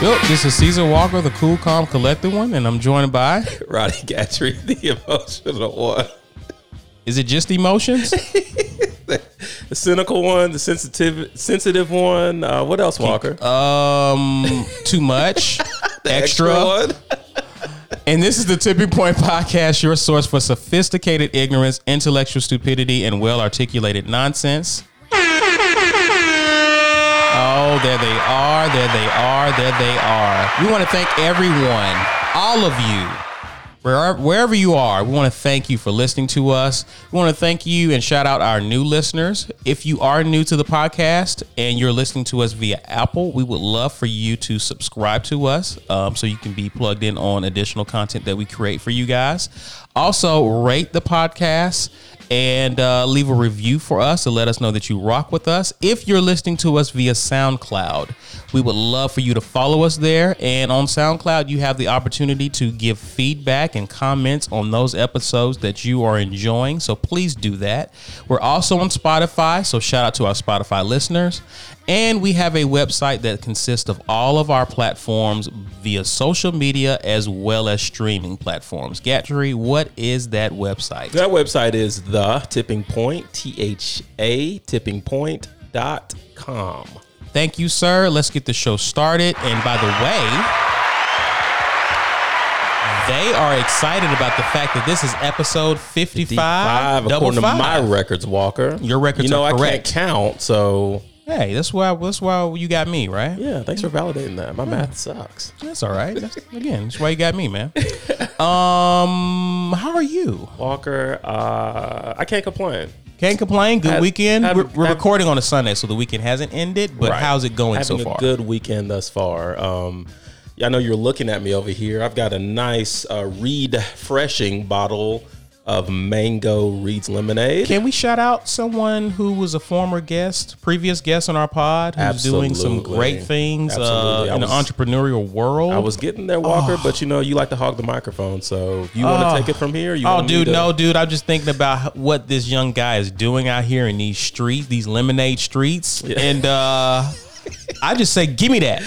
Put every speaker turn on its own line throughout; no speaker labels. Yo, this is Caesar Walker, the cool, calm, collected one, and I'm joined by.
Roddy Gatry, the emotional one,
Is it just emotions?
the cynical one, the sensitive, sensitive one. Uh, what else, Walker?
Um, too much, extra.
one.
And this is the Tipping Point Podcast, your source for sophisticated ignorance, intellectual stupidity, and well articulated nonsense. Oh, there they are, there they are, there they are. We want to thank everyone, all of you. Wherever, wherever you are, we want to thank you for listening to us. We want to thank you and shout out our new listeners. If you are new to the podcast and you're listening to us via Apple, we would love for you to subscribe to us um, so you can be plugged in on additional content that we create for you guys. Also, rate the podcast and uh, leave a review for us to let us know that you rock with us. If you're listening to us via SoundCloud, we would love for you to follow us there. And on SoundCloud, you have the opportunity to give feedback and comments on those episodes that you are enjoying. So please do that. We're also on Spotify, so shout out to our Spotify listeners. And we have a website that consists of all of our platforms via social media as well as streaming platforms. Gatry, what is that website?
That website is the tipping point, T H A tipping point dot com.
Thank you, sir. Let's get the show started. And by the way, they are excited about the fact that this is episode 55. double
according to my
five.
records, Walker.
Your records
You know,
are
I
correct.
can't count, so
Hey, that's why that's why you got me, right?
yeah. Thanks for validating that. My math sucks.
That's all right. That's, again, that's why you got me, man. Um, how are you?
Walker, uh, I can't complain.
Can't complain. Good
Have-
weekend.
have-
we're we're
have-
recording on a Sunday, so the weekend hasn't ended. But
Right.
how's it going so
Having
far?
a good weekend thus far. Um, yeah, I know you're looking at me over here. I've got a nice uh, refreshing bottle of mango Reed's lemonade.
Can we shout out someone who was a former guest, previous guest on our pod, who's doing some
Absolutely.
great things uh,
Absolutely. I
in
was-
the entrepreneurial world?
I was getting there, Walker, but you know you like to hog the microphone. So if you want to
Oh.
take it from here, you
oh,
want me
dude,
to-
no, dude. I'm just thinking about what this young guy is doing out here in these streets, these lemonade streets, and uh, I just say, give me that.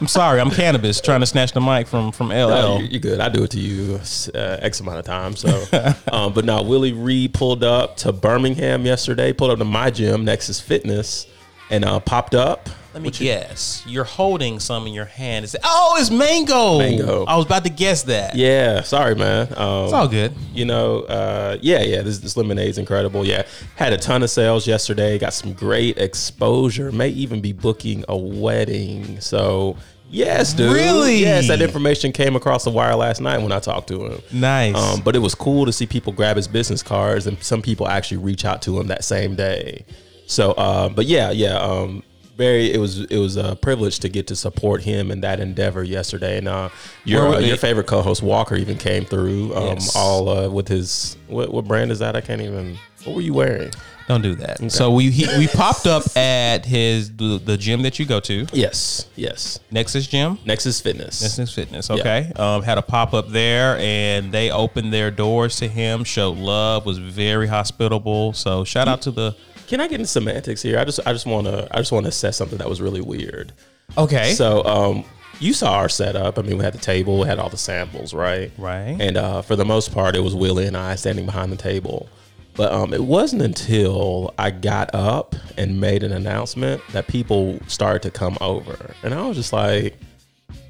I'm sorry, I'm cannabis trying to snatch the mic from from LL.
Oh, you're good. I do it to you uh, X amount of times. So, um, but now Willie Reed pulled up to Birmingham yesterday. Pulled up to my gym, Nexus Fitness, and uh, popped up.
Let me guess. You're holding some in your hand. Is it, oh, it's mango.
Mango.
I was about to guess that.
Yeah, sorry, man. Um,
It's all good.
you know, uh, yeah, yeah, this, this lemonade's incredible. Yeah, had a ton of sales yesterday, got some great exposure, may even be booking a wedding. So, yes, dude.
Really?
Yes, that information came across the wire last night when I talked to him.
Nice.
Um, but it was cool to see people grab his business cards and some people actually reach out to him that same day. So, uh, but yeah, yeah, um, very. It was it was a privilege to get to support him in that endeavor yesterday. And uh, your
Where-
uh, your favorite co-host Walker even came through. Um,
Yes.
All uh, with his what, what brand is that? I can't even. What were you wearing?
Don't do that. So we he, we popped up at his the, the gym that you go to,
Yes, yes.
Nexus Gym.
Nexus Fitness.
Nexus Fitness, okay. Um, had a pop up there, and they opened their doors to him. Showed love, was very hospitable. So shout out to the
Can I get into semantics here? I just I just want to I just want to assess something that was really weird.
okay. So
So, um, you saw our setup. I mean, we had the table, we had all the samples, right?
Right.
And uh, for the most part, it was Willie and I standing behind the table. But um, it wasn't until I got up and made an announcement that people started to come over, and I was just like,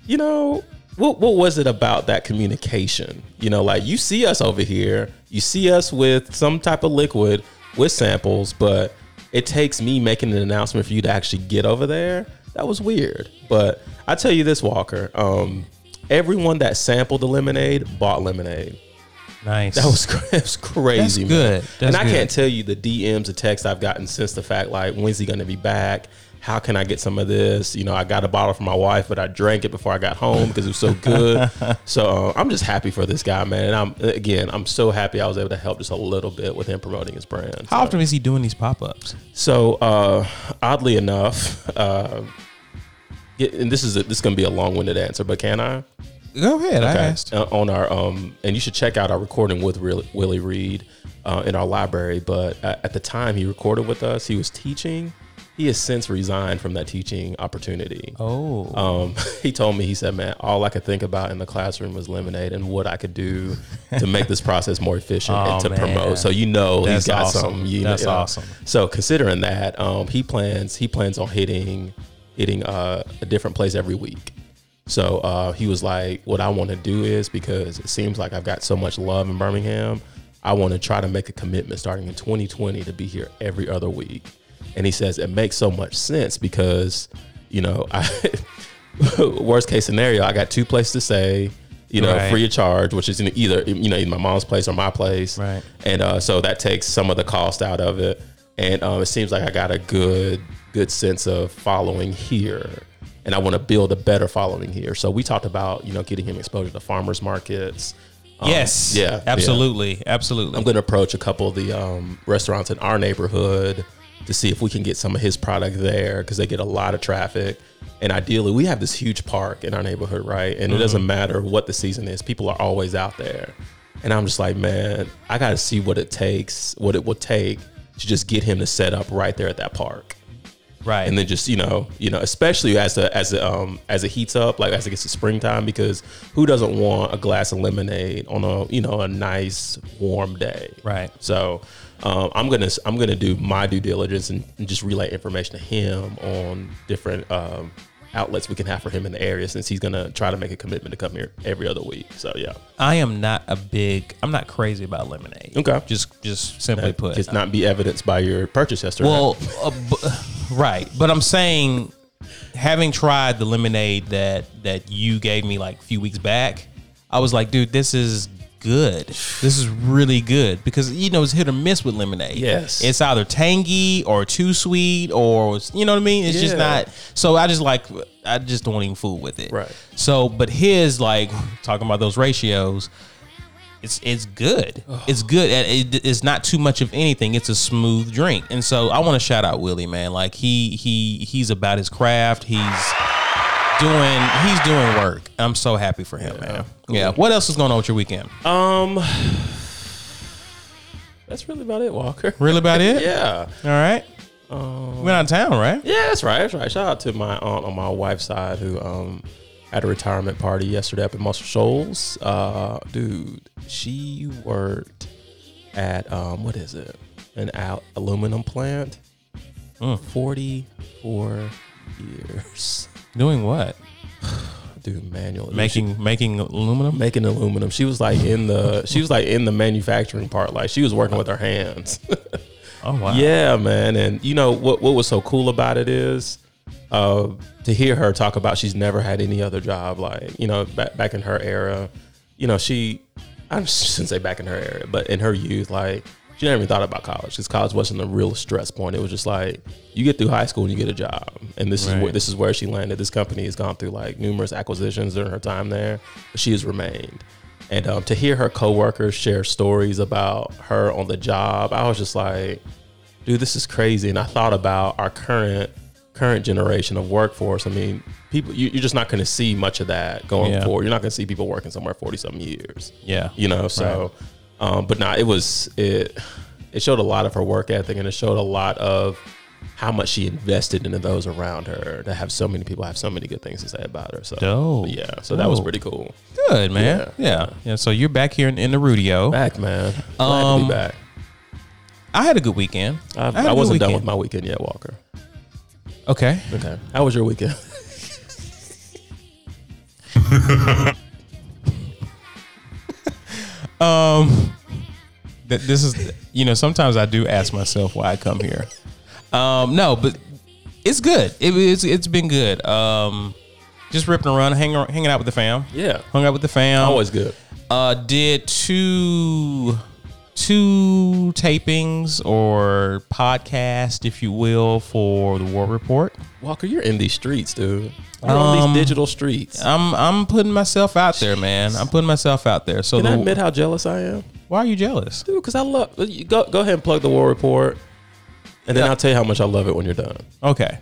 you know, what what was it about that communication? You know, like you see us over here, you see us with some type of liquid with samples, but it takes me making an announcement for you to actually get over there. That was weird. But I tell you this, Walker, um, everyone that sampled the lemonade bought lemonade.
nice.
That was, cra- that was crazy.
That's
man.
good. That's
and I
good.
can't tell you the DMs, the texts I've gotten since the fact, like, when's he going to be back? How can I get some of this? You know, I got a bottle for my wife, but I drank it before I got home because it was so good. so uh, I'm just happy for this guy, man. And I'm, again, I'm so happy I was able to help just a little bit with him promoting his brand.
How often is he doing these pop ups?
So uh, oddly enough, uh, yeah, and this is a, this is going to be a long-winded answer, but can I?
Go ahead. I
Okay.
asked.
Uh, on our um, and you should check out our recording with Real- Willie Reed uh, in our library. But uh, at the time he recorded with us, he was teaching, He has since resigned from that teaching opportunity.
Oh.
Um, he told me, he said, man, all I could think about in the classroom was lemonade and what I could do to make this process more efficient
Oh,
and to
man.
promote. So, you know,
That's
he's got
awesome.
something. You
That's
know,
awesome.
So considering that, um, he plans, he plans on hitting, hitting uh, a different place every week. So uh, he was like, what I want to do is because it seems like I've got so much love in Birmingham. I want to try to make a commitment starting in 2020 to be here every other week. And he says it makes so much sense because, you know, I, worst case scenario, I got two places to stay, you know,
Right.
free of charge, which is in either, you know, in my mom's place or my place.
Right.
And uh, so that takes some of the cost out of it. And um, it seems like I got a good, good sense of following here. And I want to build a better following here. So we talked about, you know, getting him exposure to farmers markets. Um,
yes.
yeah, yeah.
Absolutely. Absolutely.
I'm going to approach a couple of the um, restaurants in our neighborhood to see if we can get some of his product there because they get a lot of traffic. And ideally, we have this huge park in our neighborhood, right? And it doesn't matter what the season is, people are always out there. And I'm just like, man, I got to see what it takes, what it will take to just get him to set up right there at that park.
right.
And then just you know, you know, especially as the as the, um as it heats up, like as it gets to springtime, because who doesn't want a glass of lemonade on a you know a nice warm day,
Right.
So um, I'm gonna I'm gonna do my due diligence and, and just relay information to him on different um, outlets we can have for him in the area since he's gonna try to make a commitment to come here every other week. So yeah,
I am not a big. I'm not crazy about lemonade.
Okay.
Just just simply put.
just not be evidenced by your purchase yesterday.
well, uh, b- right. But I'm saying, having tried the lemonade that that you gave me like a few weeks back, I was like, dude, this is good. This is really good because you know it's hit or miss with lemonade.
Yes.
It's either tangy or too sweet or you know what I mean. It's just
Yeah.
not. So I just like I just don't even fool with it.
Right.
So, but his like talking about those ratios it's it's good. It's good. And it- it's not too much of anything. It's a smooth drink. And so I want to shout out Willie, man. Like he he he's about his craft. He's doing he's doing work. I'm so happy for him, man. Yeah. What else is going on with your weekend?
um, that's really about it, Walker.
Really about it?
Yeah.
All
Um,
right. We're out of town, right?
Yeah, that's right. That's right. Shout out to my aunt on my wife's side who um had a retirement party yesterday up in Muscle Shoals. Uh, dude, she worked at um what is it? An al- aluminum plant. Forty four years
Doing what?
doing manual
Making making aluminum.
making aluminum. She was like in the she was like in the manufacturing part. Like she was working with her hands.
Oh wow.
Yeah, man. And you know what? What was so cool about it is uh, to hear her talk about she's never had any other job. Like you know, back back in her era, you know, she I shouldn't say back in her era, but in her youth, like she never even thought about college because college wasn't a real stress point. It was just like you get through high school and you get a job, and this is
Right.
where this is where she landed. This company has gone through like numerous acquisitions during her time there, but she has remained. And um, to hear her coworkers share stories about her on the job, I was just like, dude, this is crazy. And I thought about our current current generation of workforce. I mean, people, you, you're just not going to see much of that going
Yeah.
forward. You're not going to see people working somewhere forty something years.
Yeah.
you know. So, um, but nah, it was it. It showed a lot of her work ethic, and it showed a lot of how much she invested into those around her to have so many people have so many good things to say about her. So,
Dope.
yeah. So that was
Dope.
pretty cool.
Good man. Yeah.
Yeah.
Yeah. So you're back here in, in the Rudio.
Back, man. Glad to
Um,
be back.
I had a good weekend.
I,
had a
I
good
wasn't done with
weekend.
my weekend yet, Walker.
Okay.
Okay. How was your weekend?
Um, th- this is you know sometimes I do ask myself why I come here. Um, no, but it's good. It, it's it's been good. Um, just ripping around, hanging hanging out with the fam.
Yeah.
hung out with the fam.
Always good.
Uh, did two two tapings or podcast, if you will, for the War Report.
Walker, you're in these streets, dude. You're on
Um,
these digital streets.
I'm I'm putting myself out there, man. I'm putting myself out there. So
Can I
the-
admit how jealous I am?
why are you jealous?
Dude, because I love uh, you go go ahead and plug the war report. And then I'll tell you how much I love it when you're done.
Okay.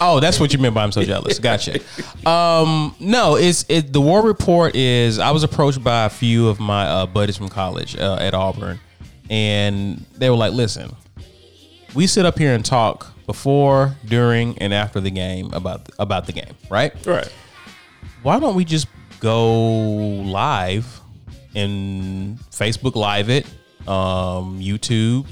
oh, that's what you meant by I'm so jealous. Gotcha. Um, no, it's it. The war report is. I was approached by a few of my uh, buddies from college uh, at Auburn, and they were like, "Listen, we sit up here and talk before, during, and after the game about about the game, right?
Right.
why don't we just go live and Facebook Live it, um, YouTube,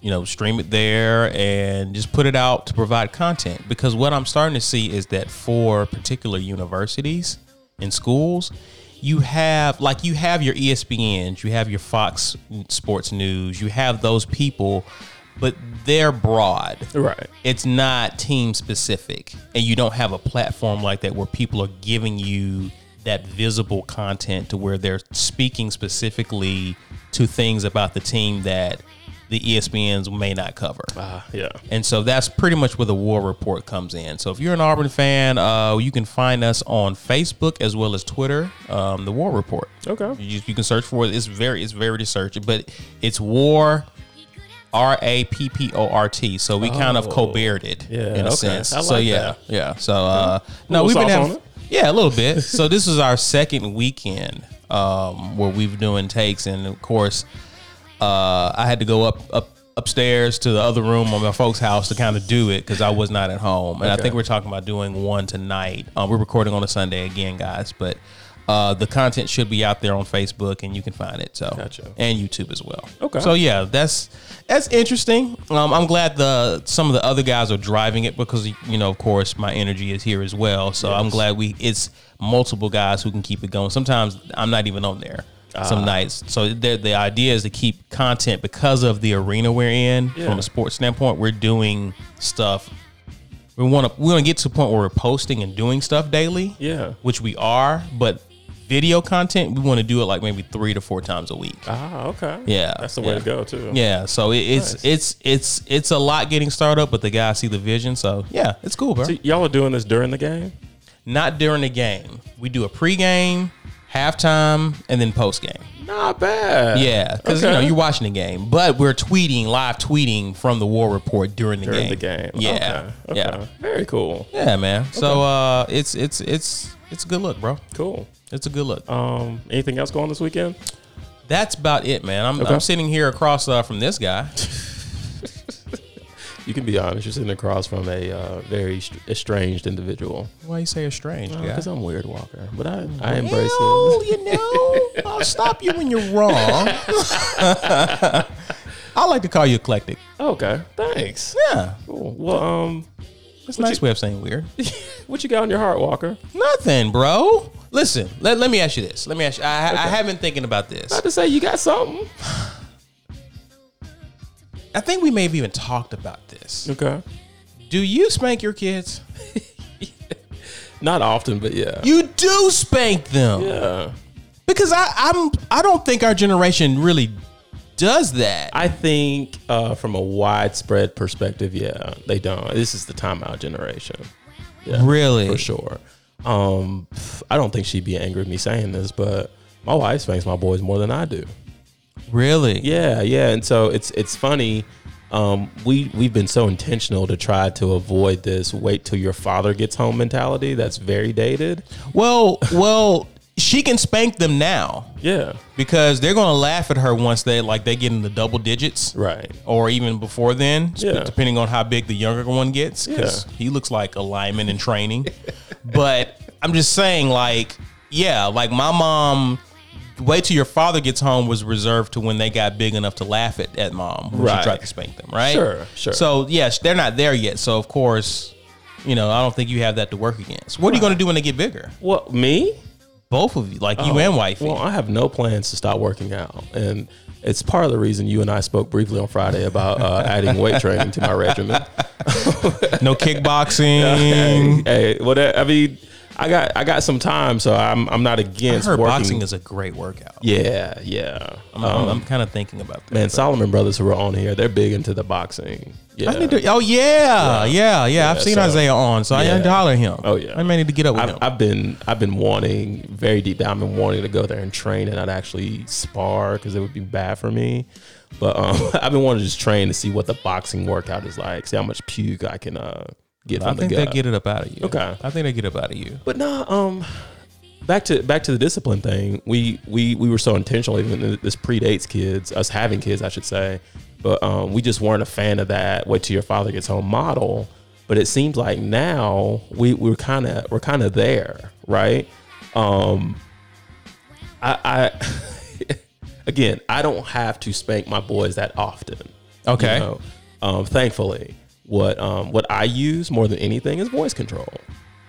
you know, stream it there and just put it out to provide content? Because what I'm starting to see is that for particular universities and schools, you have like you have your E ESPNs, you have your Fox Sports News, you have those people, but they're broad
Right.
it's not team specific and you don't have a platform like that where people are giving you that visible content to where they're speaking specifically to things about the team that the E ESPNs may not cover.
Uh, yeah.
And so that's pretty much where the war report comes in. So if you're an Auburn fan, uh, you can find us on Facebook as well as Twitter, um, the war report.
Okay.
You, you can search for it. It's very it's very to search, but it's war R A P P O R T. So we kind of
Oh.
co-beared it
Yeah,
in a
okay.
sense.
I
so
like
yeah,
that.
yeah. So uh, no,
Little
we've been
sauce on
having
it?
yeah a little bit. so this is our second weekend um, where we've doing takes, and of course, uh, I had to go up up upstairs to the other room on my folks' house to kind of do it because I was not at home. And I
Okay.
think we're talking about doing one tonight. Uh, we're recording on a Sunday again, guys, but. Uh, the content should be out there on Facebook, and you can find it. So
Gotcha.
and YouTube as well.
Okay.
So yeah, that's that's interesting. Um, I'm glad the some of the other guys are driving it because you know, of course, my energy is here as well. So I'm glad we it's multiple guys who can keep it going. Sometimes I'm not even on there.
Ah.
Some nights, so the the idea is to keep content because of the arena we're in. From
Yeah.
a sports standpoint, we're doing stuff. We want to we want to get to a point where we're posting and doing stuff daily
Yeah.
which we are, but video content, we want to do it like maybe three to four times a week.
Ah, okay.
Yeah,
That's the way
yeah.
to go too.
Yeah, so it, it's
Nice.
it's it's it's a lot getting started up, but the guys see the vision, so yeah, it's cool, bro.
So y'all are doing this during the game?
Not during the game, we do a pregame, halftime, and then postgame.
Not bad.
Yeah, because you
Okay.
know you're watching the game, but we're tweeting live tweeting from the war report during the
during
game.
the game.
Yeah,
Okay.
yeah,
Okay. Very cool.
yeah, man. So uh, it's it's it's it's a good look, bro.
Cool.
It's a good look.
Um, anything else going this weekend?
That's about it, man. I'm,
Okay.
I'm sitting here across uh, from this guy.
You can be honest. You're sitting across from a uh, very str- estranged individual.
Why you say estranged, strange guy?
Because Uh, I'm weird, Walker. But I, I embrace
Well,
it.
you know, I'll stop you when you're wrong. I like to call you eclectic.
Okay. Thanks.
Yeah,
Cool. Well, um,
it's a nice way of saying weird.
what you got on your heart, Walker?
Nothing, bro. Listen, let, let me ask you this. Let me ask you. I, I have been thinking about this.
Not to say you got something.
I think we may have even talked about this.
Okay.
Do you spank your kids?
Not often, but yeah.
You do spank them.
yeah.
Because I, I'm I don't think our generation really does that.
I think uh, from a widespread perspective, yeah, they don't. This is the timeout generation. Yeah,
Really?
For sure. Um, pff, I don't think she'd be angry at me saying this, but my wife spanks my boys more than I do.
Really?
Yeah, yeah. And so it's it's funny. Um, we we've been so intentional to try to avoid this wait till your father gets home mentality. That's very dated.
Well, well, she can spank them now
Yeah.
because they're gonna laugh at her once they like they get in the double digits,
Right.
Or even before then, sp-
Yeah.
depending on how big the younger one gets, because
Yeah.
he looks like a lineman in training. but I'm just saying, like, yeah, like my mom. Wait till your father gets home was reserved to when they got big enough to laugh at, at mom when she
Right.
tried to spank them, right?
Sure, sure.
So yes, they're not there yet. So of course, you know, I don't think you have that to work against. What are you going to do when they get bigger?
What me?
both of you, like you and wifey.
Oh, Well, I have no plans to stop working out, and it's part of the reason you and I spoke briefly on Friday about uh, adding weight training to my regimen.
no kickboxing.
hey, hey, what I mean, I got I got some time, so I'm I'm not
I
against
heard
working.
boxing is a great workout.
yeah, yeah. Um,
I'm, kind of thinking about that.
Man, Solomon Brothers who were on here, they're big into the boxing. Yeah.
I need to, oh yeah, yeah, yeah. I've
Yeah,
seen
so-
Isaiah on, so I
Yeah.
need to holler at him.
Oh, yeah.
I may need to get up with
I've,
him.
I've been I've been wanting very deep down. I've been wanting to go there and train and not actually spar because it would be bad for me. But um, I've been wanting to just train to see what the boxing workout is like. See how much puke I can uh, get
I
from the
think they
gut.
get it up out of you.
Okay.
I think they get up out of you.
but nah, um, back to back to the discipline thing. We we we were so intentional. Even this predates kids, us having kids, I should say. But um, we just weren't a fan of that. Wait till your father gets home model. But it seems like now we we're kind of we're kind of there, right? Um, I, I again, I don't have to spank my boys that often.
Okay.
You know? um, thankfully, what um, what I use more than anything is voice control.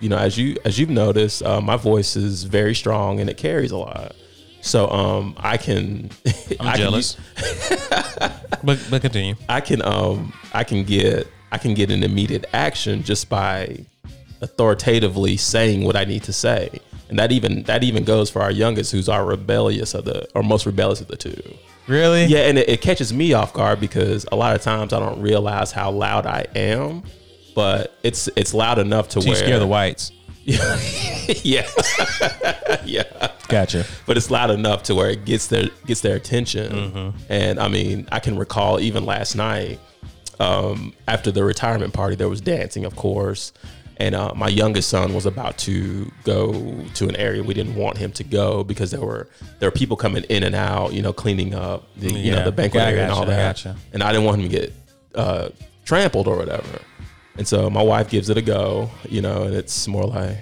You know, as you as you've noticed, uh, my voice is very strong and it carries a lot. So um, I can.
I'm
I can
jealous. but but continue.
I can um I can get I can get an immediate action just by authoritatively saying what I need to say. And that even that even goes for our youngest who's our rebellious of the or most rebellious of the two.
Really?
Yeah, and it, it catches me off guard because a lot of times I don't realize how loud I am, but it's it's loud enough to
You
where
scare the whites.
yeah. yeah
Gotcha.
but it's loud enough to where it gets their gets their attention.
Mm-hmm.
And I mean, I can recall even last night um, after the retirement party, there was dancing, of course, and uh, my youngest son was about to go to an area we didn't want him to go because there were there were people coming in and out, you know, cleaning up the you
Yeah.
know the banquet
Yeah, I
area and
gotcha,
all
I
that,
gotcha.
and I didn't want him to get uh, trampled or whatever. And so my wife gives it a go, you know, and it's more like,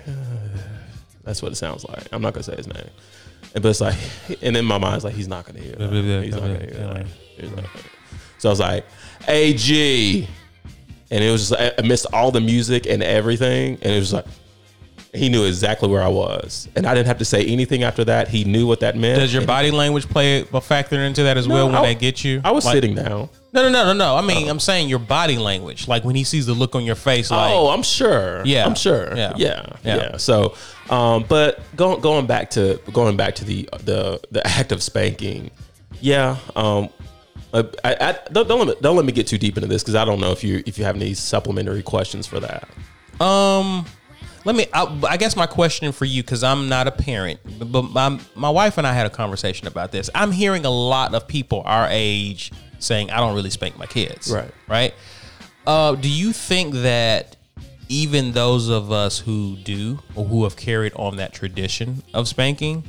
that's what it sounds like. I'm not gonna say his name, and but it's like, and in my mind, it's like he's not gonna hear.
blah,
That.
blah,
He's not
blah,
gonna hear.
blah,
That.
blah.
He's not gonna hear that. So I was like, "Ag," and it was just amidst all the music and everything, and it was like he knew exactly where I was, and I didn't have to say anything after that. He knew what that meant.
Does your
And
body language play a factor into that as well when
I-
they get you?
I was
Like-
sitting down.
No, no, no, no, no. I mean, I'm saying your body language. Like when he sees the look on your face, like
oh, I'm sure.
Yeah.
I'm sure.
Yeah.
Yeah, yeah,
Yeah.
yeah. So, um, but going going back to going back to the the the act of spanking, yeah. Um, I, I, I, don't don't let, me, don't let me get too deep into this because I don't know if you if you have any supplementary questions for that.
Um, let me. I, I guess my question for you, because I'm not a parent, but- but my my wife and I had a conversation about this. I'm hearing a lot of people our age saying, "I don't really spank my kids."
Right.
Right. Uh, do you think that even those of us who do or who have carried on that tradition of spanking,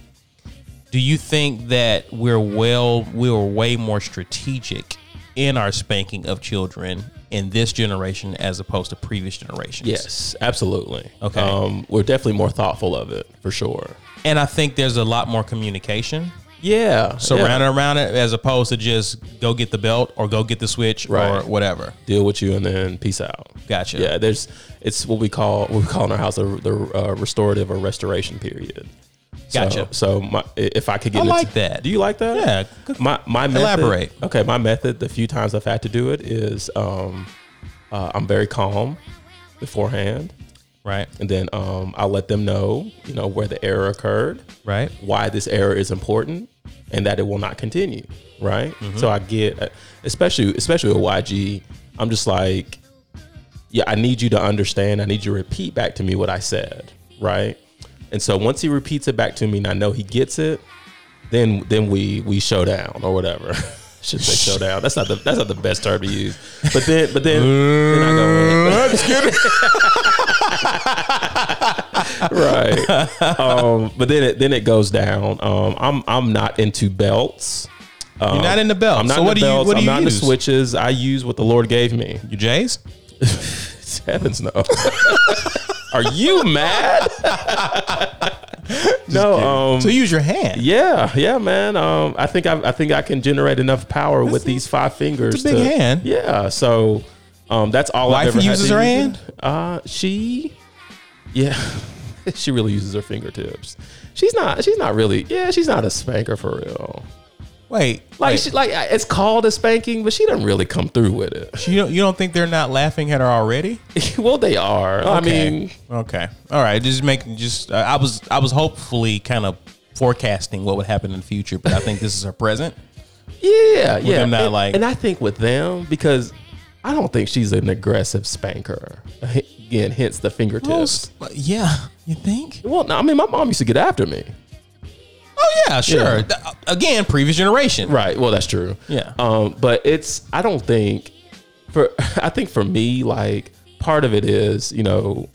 do you think that we're well we were way more strategic in our spanking of children in this generation as opposed to previous generations?
Yes, absolutely.
Okay.
Um, we're definitely more thoughtful of it for sure.
And I think there's a lot more communication
Yeah.
surrounded
yeah.
around it as opposed to just go get the belt or go get the switch or
Right.
whatever.
Deal with you and then peace out.
Gotcha.
Yeah, there's it's what we call what we call in our house the, the uh, restorative or restoration period. So-
Gotcha.
So, my, if I could get
I
into-
like that.
Do you like that?
Yeah, good-
My my method,
Elaborate.
Okay, my method. The few times I've had to do it is um, uh, I'm very calm beforehand,
Right.
and then um, I'll let them know you know where the error occurred,
Right.
why this error is important and that it will not continue right so i get especially especially with yg i'm just like yeah i need you to understand i need you to repeat back to me what i said right and so once he repeats it back to me and i know he gets it then then we we show down or whatever should say show down that's not the that's not the best term to use but then but then, then i go in
Uh,
right. Um, but then it then it goes down. Um, I'm I'm not into belts. Um,
You're not into belts.
I'm not
So
into
what do you-
belts.
what do
I'm
you
not
use?
into switches. I use what the Lord gave me.
You Jays?
Heavens no. Are you mad? no. Um,
So use your hand.
yeah, yeah, man. Um, I think I, I think I can generate enough power with these five fingers.
big
to-
hand.
Yeah, so um, that's all.
Wife
I've ever
uses
had to
her
use it.
hand?
Uh, she, yeah, she really uses her fingertips. She's not. She's not really. Yeah, she's not a spanker for real.
Wait.
Like
wait.
she, like I- it's called a spanking, but she doesn't really come through with it.
you don't, you don't think they're not laughing at her already?
well, they are. I
Okay.
mean,
okay, all right. Just making just uh, I was I was hopefully kind of forecasting what would happen in the future, but I think this is her present.
Yeah, yeah.
them not
and,
like-
and I think with them because I don't think she's an aggressive spanker. Again, hence the fingertips.
yeah, you think?
Well, no, I mean, my mom used to get after me.
Oh yeah, sure.
Yeah.
Th- Again, previous generation.
Right. Well, that's true.
Yeah.
Um, but it's I don't think for I think for me like part of it is you know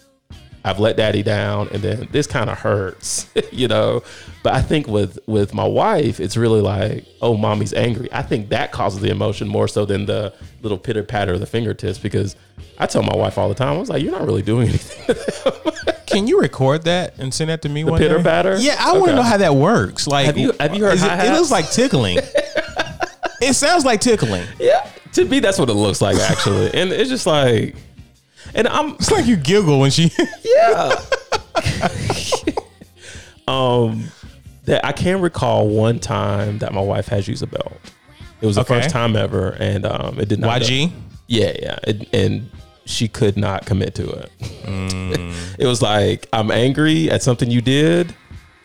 I've let daddy down and then this kind of hurts, you know. But I think with with my wife, it's really like, oh, mommy's angry. I think that causes the emotion more so than the little pitter patter of the fingertips because I tell my wife all the time, I was like, you're not really doing anything.
Can you record that and send that to me? The one day?
pitter-patter?
Yeah, I want to
Okay.
know how that works. Like,
Have you- have you heard
is it, it
hi-hats?
looks like tickling. it sounds like tickling.
yeah, to me, that's what it looks like actually, and it's just like, and I'm
It's like you giggle when she.
yeah. um, that I can recall one time that my wife has used a belt. It was the
Okay.
first time ever, and um, it did not. go-
YG.
Yeah, yeah, it, and she could not commit to it.
Mm.
it was like I'm angry at something you did.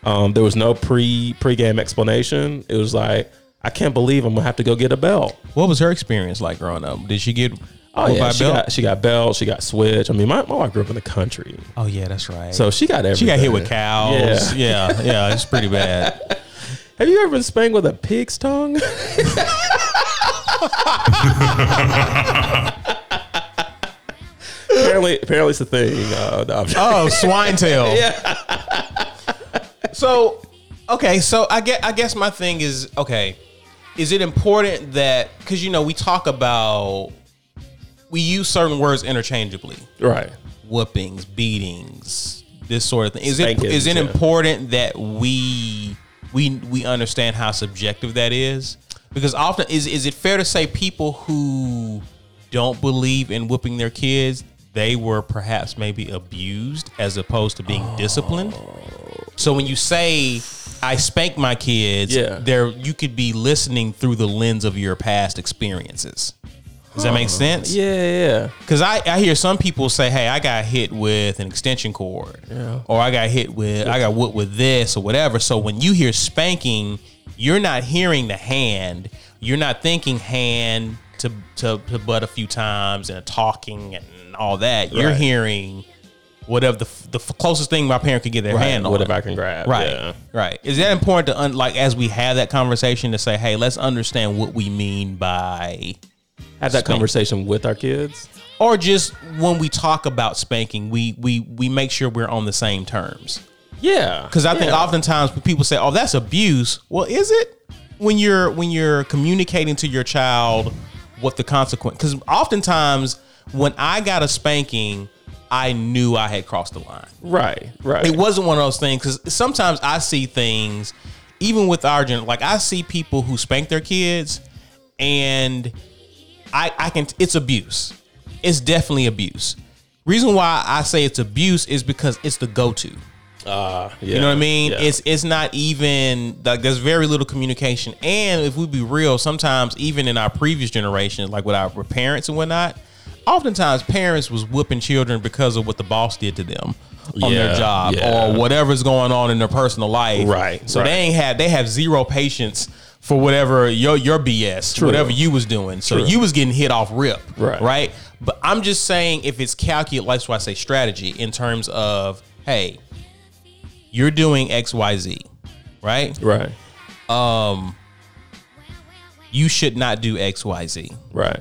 Um, there was no pre pre-game explanation. It was like I can't believe I'm gonna have to go get a belt.
What was her experience like growing up? Did she get?
Oh
whooped
yeah,
by a
she
belt?
got she got belt, she got switch. I mean, my, my wife grew up in the country,
oh yeah, that's right.
so she got everything.
she got hit with cows. Yeah, yeah, it's pretty bad.
Have you ever been spanked with a pig's tongue? apparently, apparently it's a thing. Uh, no, I'm just-
Oh, swine tail. yeah. So, okay, so I get I guess my thing is okay, is it important that cuz you know we talk about we use certain words interchangeably.
Right.
Whoopings, beatings, this sort of thing. Is it
Spankings,
is it
yeah.
important that we we we understand how subjective that is? Because often is is it fair to say people who don't believe in whipping their kids, they were perhaps maybe abused as opposed to being disciplined? So when you say I spank my kids,
Yeah.
there you could be listening through the lens of your past experiences. Does that make sense?
Yeah, yeah, yeah.
Because I, I hear some people say, hey, I got hit with an extension cord. Or I got hit with, I got whooped with this or whatever. So when you hear spanking, you're not hearing the hand. You're not thinking hand to, to, to butt a few times and talking and all that. You're
Right.
hearing whatever the, f- the f- closest thing my parent could get their hand on.
Whatever I can grab.
Right.
yeah.
Right. Is that important to un- like as we have that conversation to say, hey, let's understand what we mean by
Have that conversation with our kids.
or just when we talk about spanking, we we we make sure we're on the same terms.
Yeah.
Because I think oftentimes when people say, "Oh, that's abuse," well, is it when you're when you're communicating to your child what the consequence? Because oftentimes when I got a spanking, I knew I had crossed the line.
Right. Right.
It wasn't one of those things because sometimes I see things, even with our gen, like I see people who spank their kids, and I I can it's abuse. It's definitely abuse. Reason why I say it's abuse is because it's the go to.
Uh, yeah.
You know what I mean?
Yeah.
It's it's not even like there's very little communication. And if we be real, sometimes even in our previous generation, like with our parents and whatnot, oftentimes parents was whipping children because of what the boss did to them on their
Yeah,
job
yeah.
or whatever's going on in their personal life.
Right,
So they
right.
ain't had they have zero patience for whatever your your BS, whatever you was doing. So
True.
you was getting hit off rip.
Right.
Right right? But I'm just saying if it's calculate, that's why I say strategy in terms of, hey, you're doing X, Y, Z, right?
right.
You should not do X, Y, Z.
Right.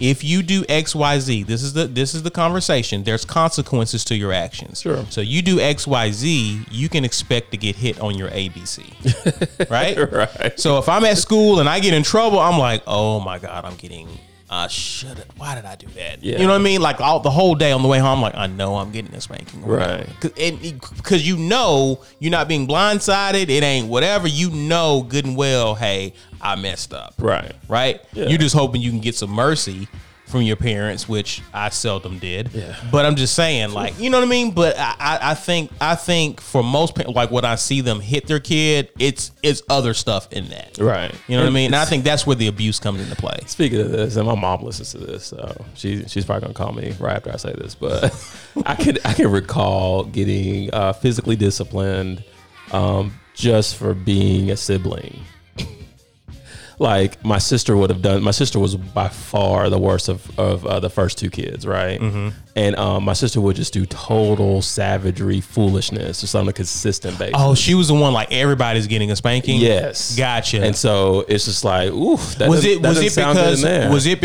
If you do X, Y, Z, this is the this is the conversation. There's consequences to your actions.
Sure.
So you do X, Y, Z, you can expect to get hit on your ABC, right?
Right.
So if I'm at school and I get in trouble, I'm like, oh my god, I'm getting. I should. have Why did I do that?
Yeah.
You know what I mean? Like all the whole day on the way home, I'm like I know I'm getting this spanking.
Right.
Because e, you know you're not being blindsided. It ain't whatever. You know good and well. Hey, I messed up.
Right.
Right.
Yeah.
You're just hoping you can get some mercy from your parents, which I seldom did.
Yeah.
But I'm just saying, like, you know what I mean? But I, I, I think I think for most people, like when I see them hit their kid, it's it's other stuff in that.
Right.
You know what I mean? And I think that's where the abuse comes into play.
Speaking of this, and my mom listens to this, so she she's probably gonna call me right after I say this. But I can I can recall getting uh, physically disciplined um, just for being a sibling. like my
Mm-hmm.
sister would have done. My sister was by far the worst of of uh, the first two kids, right? And um, my sister would just do total savagery foolishness just on a consistent basis.
Oh, she was the one like everybody's getting a spanking.
Yes.
Gotcha.
And so it's just like, oof. That
was
doesn't-
it
that
was
doesn't
it
sound good in
because
there.
was it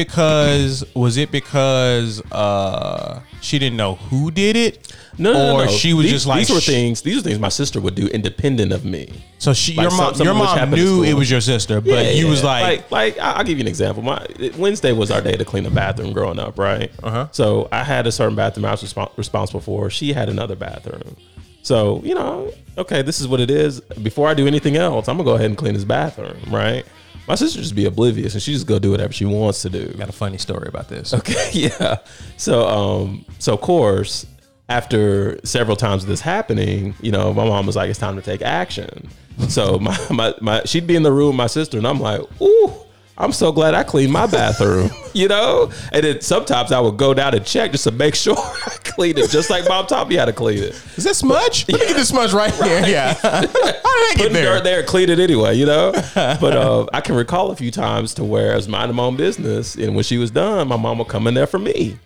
because was it because uh she didn't know who did it?
No, no,
or
no, no.
she was
These-
just like
these were
sh-
things. These were things my sister would do independent of me.
So she
like
your mom
some-
your
something which
mom
happened in
knew
school.
it was your sister, but
Yeah,
you was like,
like, like, I- I'll give you an example. My Wednesday was our day to clean the bathroom growing up, right? Uh-huh. So I had a certain bathroom I was respons- responsible for. She had another bathroom. So you know, okay, this is what it is. Before I do anything else, I'm gonna go ahead and clean this bathroom, right? My sister just be oblivious and she just go do whatever she wants to do.
got a funny story about this.
Okay, yeah. So, um, so of course, after several times of this happening, you know, my mom was like, "It's time to take action." So my my, my she'd be in the room, with my sister, and I'm like, "Ooh." I'm so glad I cleaned my bathroom, you know? And then sometimes I would go down and check just to make sure I cleaned it, just like Mom taught me how to clean it.
Is that smudge? Let me get this smudge right here. Yeah. How did I get
Put
there?
dirt there, clean it anyway, you know? But uh, I can recall a few times to where I was minding my own business. And when she was done, my mom would come in there for me.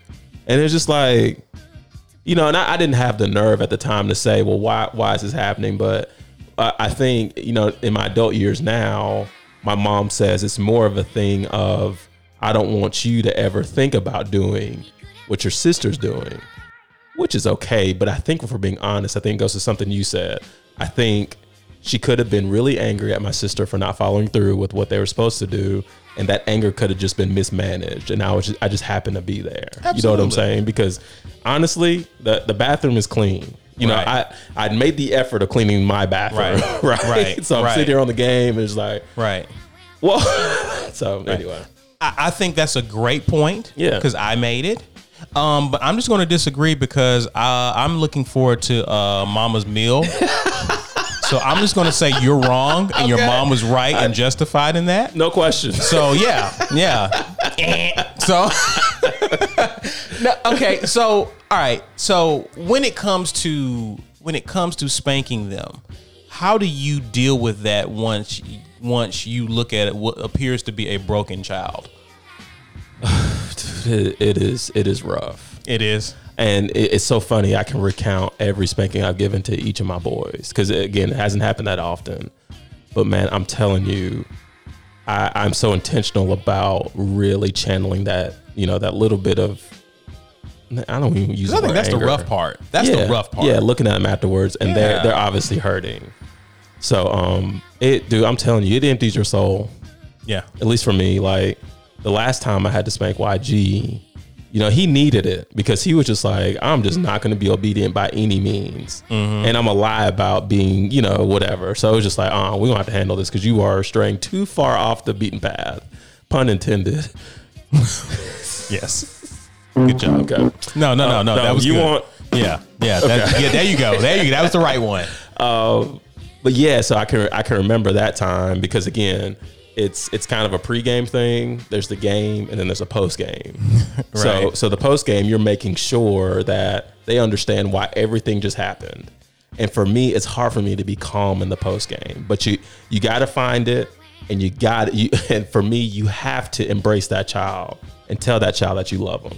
And it's just like, you know, and I, I didn't have the nerve at the time to say, well, why why is this happening? But I, I think, you know, in my adult years now, my mom says it's more of a thing of I don't want you to ever think about doing what your sister's doing, which is okay. But I think if we're being honest, I think it goes to something you said. I think she could have been really angry at my sister for not following through with what they were supposed to do. And that anger could have just been mismanaged. And I was just, I just happened to be there. You know what I'm
Absolutely.
saying? saying? because honestly, the the bathroom is clean. You know,
Right.
I I'd made the effort of cleaning my bathroom,
Right.
right?
Right.
So I'm
Right.
sitting here on the game, and it's like,
Right.
well, so anyway,
I, I think that's a great point.
Yeah.
Because I made it. Um, but I'm just going to disagree because uh, I'm looking forward to uh, Mama's meal. so I'm just going to say you're wrong and your
Okay.
mom was right and justified in that.
no question.
So yeah, yeah. so No, okay, so all right. So when it comes to when it comes to spanking them, how do you deal with that once y- once you look at what appears to be a broken child?
It- it is it is rough.
It is.
And it, it's so funny. I can recount every spanking I've given to each of my boys because again, it hasn't happened that often. But man, I'm telling you, I, I'm so intentional about really channeling that you know that little bit of. I don't even use.
I think
word
that's the
anger.
rough part. That's
yeah.
the rough part.
Yeah, looking at them afterwards, and
Yeah.
they're they're obviously hurting. So um, it dude, I'm telling you, it empties your soul
yeah.
at least for me, like the last time I had to spank YG, you know, he needed it because he was just like, I'm just not going to be obedient by any means.
Mm-hmm.
And I'm a lie about being, you know, whatever. So it was just like, oh, we're going to have to handle this because you are straying too far off the beaten path. Pun intended.
Yes. Good job.
Okay.
No, no, no, Oh, no. that was
you
good.
want.
Yeah, yeah, that, yeah. There you go. There you. That was the right one.
But yeah, so I can I can remember that time because again, it's it's kind of a pregame thing. There's the game, and then there's a postgame. So
Right.
so the postgame, you're making sure that they understand why everything just happened. And for me, it's hard for me to be calm in the postgame. But you you got to find it, and you got you. And for me, you have to embrace that child and tell that child that you love them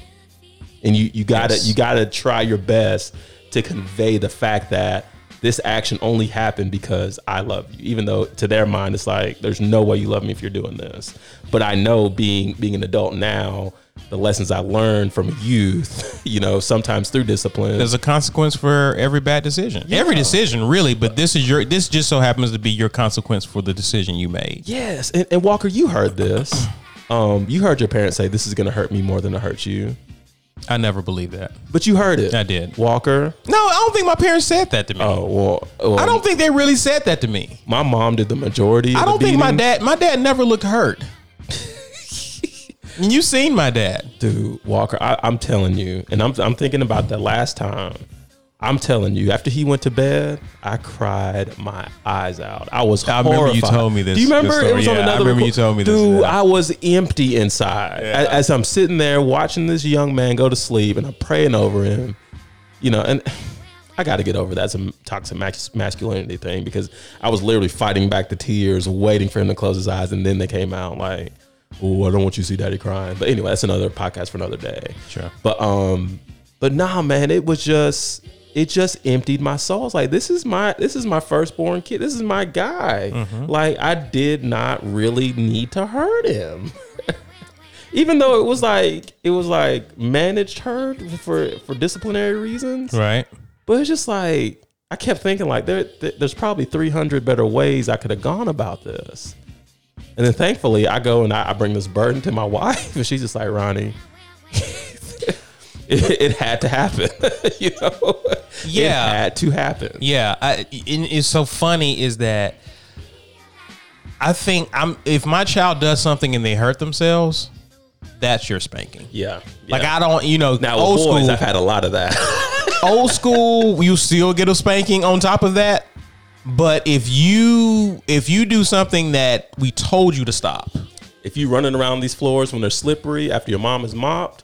and you you gotta
Yes.
you gotta try your best to convey the fact that this action only happened because I love you. Even though to their mind it's like there's no way you love me if you're doing this. But I know being being an adult now, the lessons I learned from youth, you know, sometimes through discipline.
There's a consequence for every bad decision. Every decision, really. But this is your. This just so happens to be your consequence for the decision you made.
Yes, and, and Walker, you heard this. Um, you heard your parents say this is gonna hurt me more than it hurts you.
I never believed that.
But you heard it.
I did.
Walker.
No, I don't think my parents said that to me.
Oh well, well,
I don't think they really said that to me.
my mom did the majority. of
I
the
don't think my
beating.
dad. My dad never looked hurt. you seen my dad?
Dude, Walker, I, I'm telling you, and I'm, I'm thinking about that last time. I'm telling you, after he went to bed, I cried my eyes out. I was.
I remember you
horrified.
told me this-
Do you
this
remember?
story.
It was on
Yeah, I
another.
remember you
record-
told me this,
Dude,
yeah.
I was empty inside A- as I'm sitting there watching this young man go to sleep, and I'm praying over him. You know, and I got to get over that some toxic mas- masculinity thing because I was literally fighting back the tears, waiting for him to close his eyes, and then they came out like, "Oh, I don't want you to see Daddy crying." But anyway, that's another podcast for another day.
Sure.
But um, But nah, man, it was just it just emptied my soul. I was like, this is my this is my firstborn kid. This is my guy. Like I did not really need to hurt him. Even though it was like it was like managed hurt for for disciplinary reasons.
Right.
But it's just like I kept thinking like there th- there's probably 300 better ways I could have gone about this. And then thankfully I go and I, I bring this burden to my wife and she's just like Ronnie. It, it had to happen, you know.
Yeah.
it had to happen.
Yeah, I, and it's so funny is that I think I'm if my child does something and they hurt themselves, that's your spanking.
Yeah,
Like I don't, you know,
now
old
with boys,
school.
I've had a lot of that.
old school, you still get a spanking on top of that. But if you if you do something that we told you to stop,
if you running around these floors when they're slippery after your mom is mopped,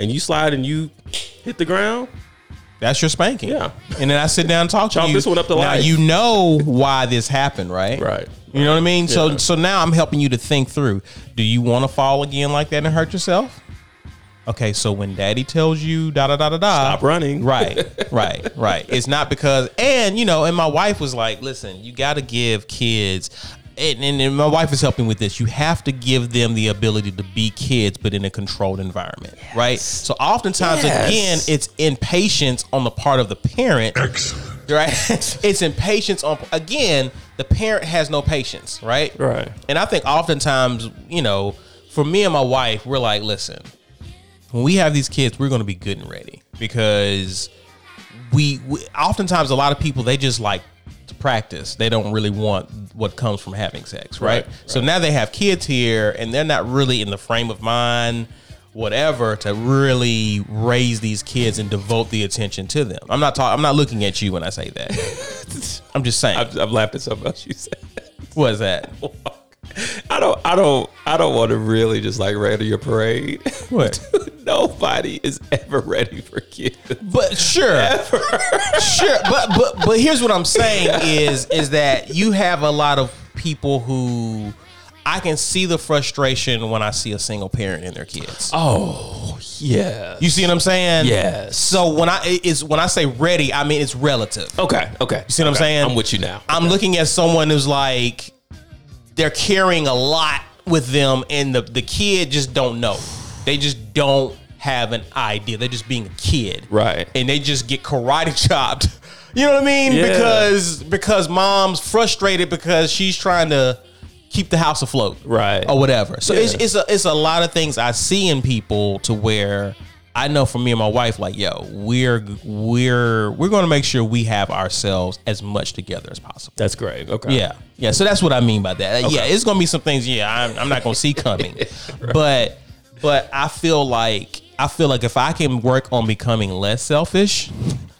and you slide and you hit the ground,
that's your spanking.
Yeah.
And then I sit down and talk to
Chalk
you.
this one up to
now
life.
you know why this happened, right?
Right.
You know what I mean? So
Yeah.
so now I'm helping you to think through. Do you want to fall again like that and hurt yourself? Okay, so when daddy tells you da da da da da
stop running.
Right, right, right. It's not because, and you know, and my wife was like, listen, you got to give kids, and, and, and my wife is helping with this. You have to give them the ability to be kids, but in a controlled environment, right? So oftentimes,
Yes.
again, it's impatience on the part of the parent, right? it's impatience on, again, the parent has no patience, right?
Right.
And I think oftentimes, you know, for me and my wife, we're like, listen, when we have these kids, we're going to be good and ready because we, we oftentimes a lot of people they just like to practice. They don't really want what comes from having sex, right?
Right,
So now they have kids here and they're not really in the frame of mind whatever to really raise these kids and devote the attention to them. I'm not talking I'm not looking at you when I say that. I'm just saying.
I've, I've laughed at something else you said.
what is that?
I don't, I don't, I don't want to really just like rain your parade.
What?
Nobody is ever ready for kids.
But sure, sure. But but but here's what I'm saying is is that you have a lot of people who I can see the frustration when I see a single parent and their kids.
Oh yeah.
You see what I'm saying?
Yes.
So when I it- it's when I say ready, I mean it's relative.
Okay. Okay. You
see what I'm saying?
I'm with you now.
I'm looking at someone who's like they're carrying a lot with them, and the the kid just don't know. They just don't have an idea. They're just being a kid,
Right.
And they just get karate chopped. You know what I mean?
Yeah.
Because because mom's frustrated because she's trying to keep the house afloat,
Right.
Or whatever. So it's
Yeah.
it's a it's a lot of things I see in people to where. I know for me and my wife, like, yo, we're we're we're going to make sure we have ourselves as much together as possible.
That's great. Okay.
Yeah, yeah. So that's what I mean by that. Like, Yeah, it's gonna be some things. Yeah, I'm, I'm not gonna see coming, but but I feel like I feel like if I can work on becoming less selfish,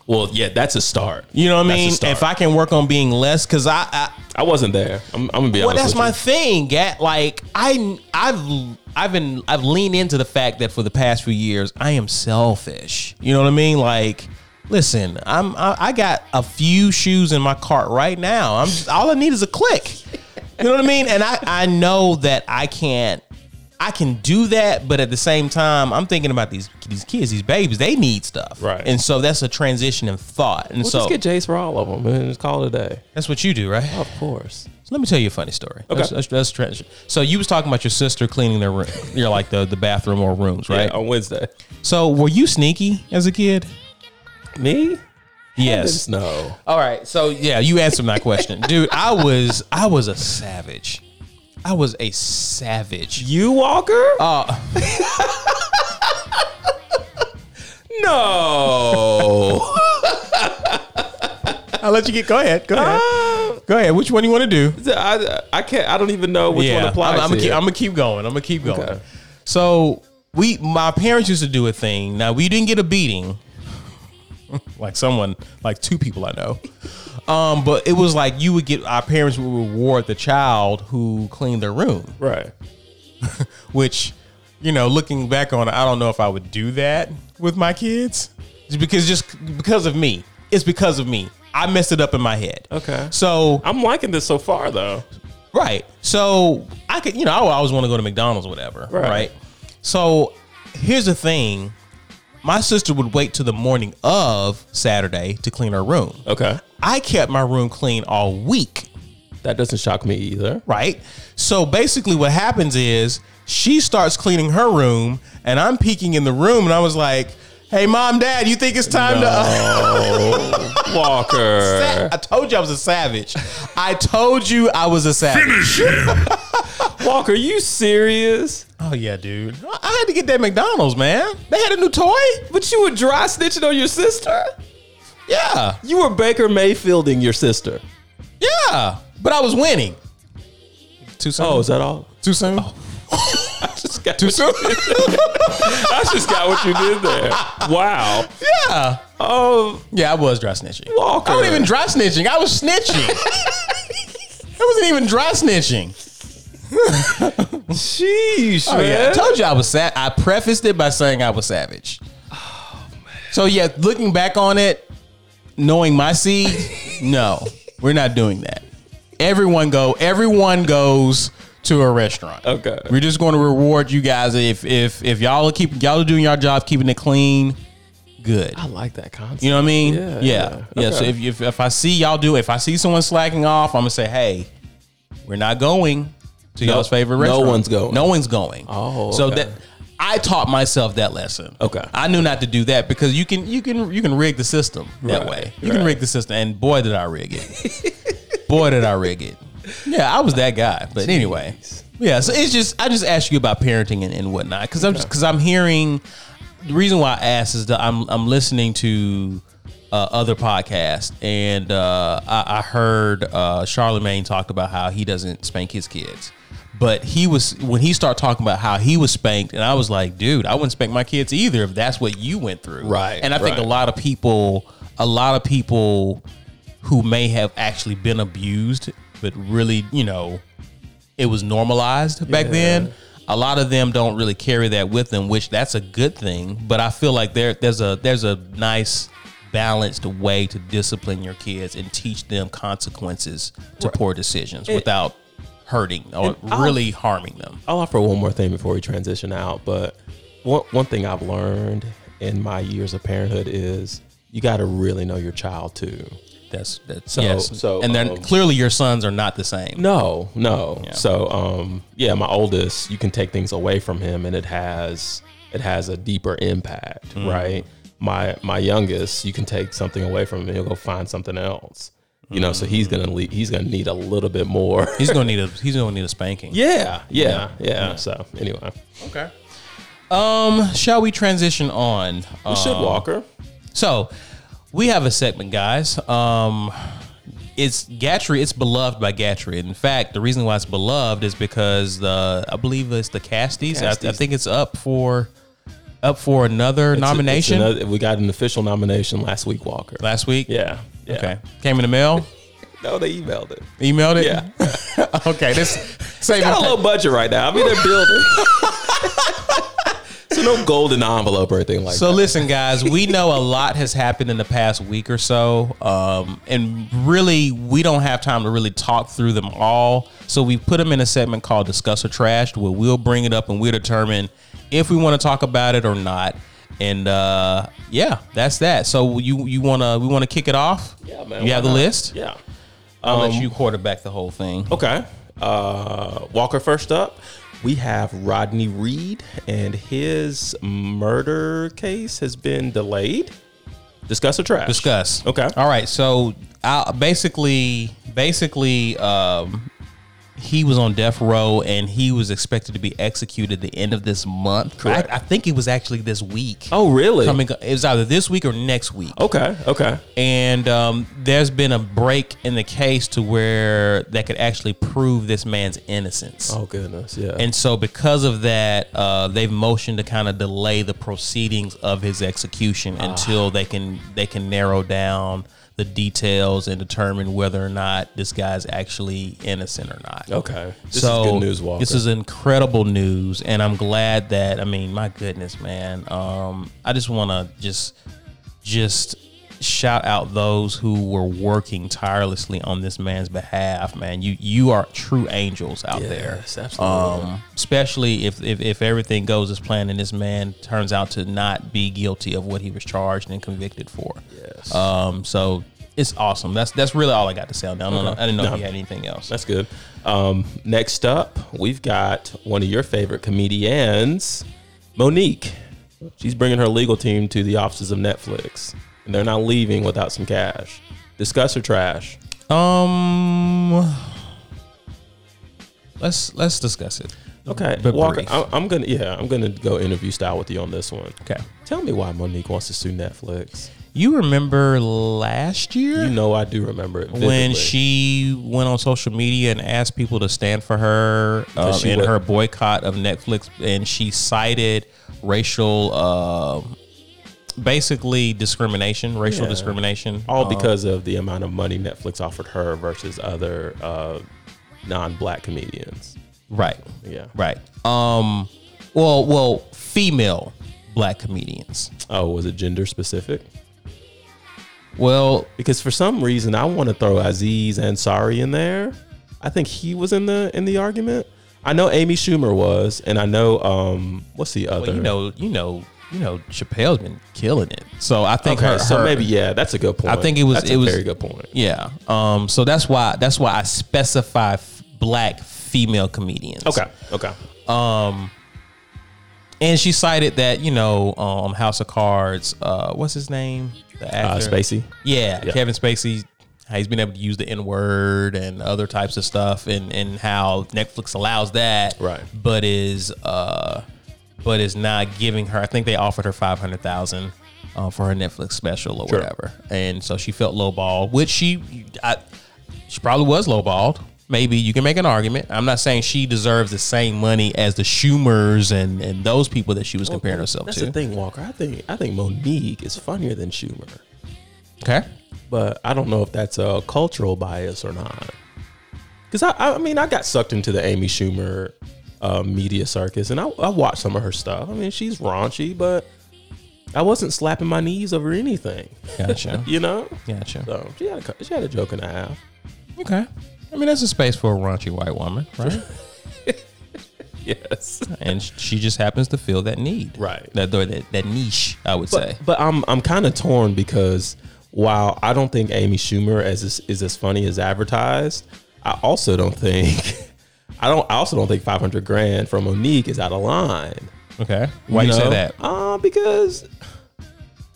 Well, yeah, that's a start.
you know what I
That's a
mean.
start.
If I can work on being less, because I, I
I wasn't there. I'm, I'm gonna be
well,
honest.
that's my
with
thing. Gat. Like I I've I've been I've leaned into the fact that for the past few years I am selfish. You know what I mean? Like. Listen, I'm I, I got a few shoes in my cart right now. I'm all I need is a click. You know what I mean? And I I know that I can't I can do that, but at the same time, I'm thinking about these these kids, these babies. They need stuff,
Right.
And so that's a transition in thought. And
Well,
so
just get Jace for all of them and just call it a day.
that's what you do, right?
Of course.
So let me tell you a funny story. That's, that's, that's trans- So you was talking about your sister cleaning their room, you know, like the, the bathroom or rooms, right?
Yeah, on Wednesday.
So were you sneaky as a kid?
Me?
Yes.
No.
All right. So yeah, you answered my question, dude. I was I was a savage. I was a savage.
You Walker?
Uh,
no.
I'll let you get. Go ahead. Go ahead.
Um,
Go ahead. Which one you want to do?
I, I can't. I don't even know which one applies.
I'm, I'm, gonna
here.
keep, I'm gonna keep going. I'm gonna keep going.
Okay.
So we, my parents used to do a thing. Now we didn't get a beating, like someone, like two people I know. Um, but it was like you would get our parents would reward the child who cleaned their room,
right.
which, you know, looking back on, it, I don't know if I would do that with my kids, just because just because of me. It's because of me. I messed it up in my head.
Okay.
So
I'm liking this so far, though.
Right. So I could, you know, I would always want to go to McDonald's, or whatever. Right.
Right.
So here's the thing: My sister would wait till the morning of Saturday to clean her room.
Okay.
I kept my room clean all week,
That doesn't shock me either.
right? So basically, what happens is she starts cleaning her room, and I'm peeking in the room, and I was like, "Hey, mom, dad, you think it's time to?"
Oh, Walker.
I told you I was a savage. I told you I was a savage.
Walker, you serious?
Oh yeah, dude. I- I had to get that McDonald's, man. They had a new toy.
But you were dry snitching on your sister?
Yeah,
You were Baker Mayfielding your sister.
yeah. But I was winning. Too soon.
Oh, is that all?
too soon.
I just got,
Too soon.
I just got what you did there. Wow.
yeah.
Oh,
Yeah, I was dry snitching.
Walker.
I wasn't even dry snitching. I was snitching. I wasn't even dry snitching.
sheesh,
Oh, yeah. I
man.
told you I was sad. I prefaced it by saying I was savage. So yeah, looking back on it, knowing my seed, no, we're not doing that. Everyone go. Everyone goes to a restaurant.
Okay.
We're just going to reward you guys if if if y'all are keep y'all are doing your job, keeping it clean. Good.
I like that concept.
You know what I mean?
Yeah,
Yeah. Yeah.
yeah.
So
Okay.
if, if if I see y'all do, if I see someone slacking off, I'm gonna say, hey, we're not going to y'all's favorite
no
restaurant.
one's going.
No one's going.
Oh,
so
okay.
that I taught myself that lesson.
Okay.
I knew not to do that because you can you can you can rig the system that
Right,
way. You
right.
can rig the system, and boy did I rig it. boy did I rig it. Yeah, I was that guy. But anyway, yeah. So it's just I just asked you about parenting and, and whatnot because I'm just because I'm hearing the reason why I asked is that I'm I'm listening to uh, other podcasts and uh, I, I heard uh, Charlemagne talked about how he doesn't spank his kids, but he was when he started talking about how he was spanked, and I was like, dude, I wouldn't spank my kids either if that's what you went through,
Right,
And I think
right.
a lot of people, a lot of people who may have actually been abused, but really, you know, it was normalized back
Yeah.
then. A lot of them don't really carry that with them, which that's a good thing. But I feel like there there's a there's a nice balanced way to discipline your kids and teach them consequences to poor decisions without hurting or
I'll-
really harming them.
I'll offer one more thing before we transition out, but one, one thing I've learned in my years of parenthood is you got to really know your child too.
That's that's
So-
yes.
so,
and then
um,
clearly your sons are not the same.
No, no.
Yeah.
So, um, yeah, my oldest, you can take things away from him, and it has it has a deeper impact, right? My my youngest, you can take something away from him, and he'll go find something else. You know, so he's gonna le- he's gonna need a little bit more.
He's gonna need a he's gonna need a spanking.
yeah, yeah, yeah, So anyway,
Okay. Um, shall we transition on? um,
we should Walker.
So we have a segment, guys. Um, it's Gatry. It's beloved by Gatry. In fact, the reason why it's beloved is because the I believe it's the Casties. I- I,
Casties.
think it's up for up for another
It's a- it's
nomination
another- we got an official nomination last week, Walker.
last week.
Yeah. yeah.
Okay. Came in the mail.
No, they emailed it.
Emailed it.
Yeah.
okay. This saving
Got a low budget right now. I mean, they're building. so no golden envelope or anything like
So listen, guys, we know a lot has happened in the past week or so, um, and really, we don't have time to really talk through them all. So we put them in a segment called "Discuss or Trashed," where we'll bring it up and we'll determine if we want to talk about it or not. And uh, yeah, that's that. So you you wanna we want to kick it off?
that. Yeah, man.
You have
why
the
not?
list. Um,
Yeah.
I'll let you quarterback the whole thing.
Okay. Uh, Walker, first up, we have Rodney Reed, and his murder case has been delayed. Discuss or trash?
discuss.
Okay.
All right. So I, basically, basically, um, he was on death row and he was expected to be executed the end of this month.
Correct.
I, I think it was actually this week.
Oh, really? Oh.
Coming, it was either this week or next week.
Okay. Okay.
And um, there's been a break in the case to where that could actually prove this man's innocence.
Oh goodness. Yeah.
And so, because of that, uh, they've motioned to kind of delay the proceedings of his execution
Ah.
until they can they can narrow down the details and determine whether or not this guy's actually innocent or not.
okay. This
so
is good news, Walker.
This is incredible news, and I'm glad that. I mean, my goodness, man. Um, I just want to just just shout out those who were working tirelessly on this man's behalf, man. You you are true angels out there.
Yes, absolutely.
Um, especially if, if if everything goes as planned and this man turns out to not be guilty of what he was charged and convicted for.
Yes.
Um, so it's awesome. That's that's really all I got to say on that. I, don't know, I didn't know
No.
if you had anything else.
That's good. Um, next up, we've got one of your favorite comedians, Monique. She's bringing her legal team to the offices of Netflix, and they're not leaving without some cash. Discuss or trash?
Um, let's let's discuss it.
Okay,
But
Walker.
brief.
I, I'm gonna yeah, I'm gonna go interview style with you on this one.
Okay.
Tell me why Monique wants to sue Netflix.
You remember last year
You know I do remember it vividly.
when she went on social media and asked people to stand for her um,
she
in
wa-
her boycott of Netflix, and she cited racial, um, basically discrimination, racial
Yeah.
discrimination.
all because of the amount of money Netflix offered her versus other uh, non-black comedians.
Right.
Yeah.
Right. Um. Well, well, female black comedians.
Oh, was it gender specific?
Well,
Because for some reason, I want to throw Aziz Ansari in there. I think he was in the in the argument. I know Amy Schumer was, and I know um, what's the other?
Well, you know, you know, you know, Chappelle's been killing it. So I think
okay,
her,
so
her-
maybe yeah, that's a good point.
I think it was-
That's
it
a
was-
very good point.
yeah. Um, so that's why that's why I specify f- black female comedians.
Okay, okay,
and she cited that you know, um, House of Cards. Uh, what's his name? The
uh,
actor.
Spacey.
Yeah,
Yeah.
Kevin Spacey. How he's been able to use the N word and other types of stuff, and and how Netflix allows that,
Right.
But is uh, but is not giving her. I think they offered her five hundred thousand. Uh, for her Netflix special or
Sure.
whatever, and so she felt lowballed, which she, I, she probably was lowballed. Maybe you can make an argument. I'm not saying she deserves the same money as the Schumers and and those people that she was comparing herself
That's
to.
the thing, Walker. I think I think Monique is funnier than Schumer,
Okay,
but I don't know if that's a cultural bias or not. Because I, I mean, I got sucked into the Amy Schumer uh, media circus, and I, I watched some of her stuff. I mean, she's raunchy, but I wasn't slapping my knees over anything,
gotcha,
you know.
gotcha.
So she had a, cou- she had a joke and a half.
Okay. I mean, that's a space for a raunchy white woman, right?
Yes,
and she just happens to feel that need,
Right.
That that, that niche, I would say.
but, but I'm I'm kind of torn because while I don't think Amy Schumer as is, is as funny as advertised, I also don't think I don't I also don't think 500 grand from Monique is out of line.
Okay, why you, say
know?
that?
Uh, because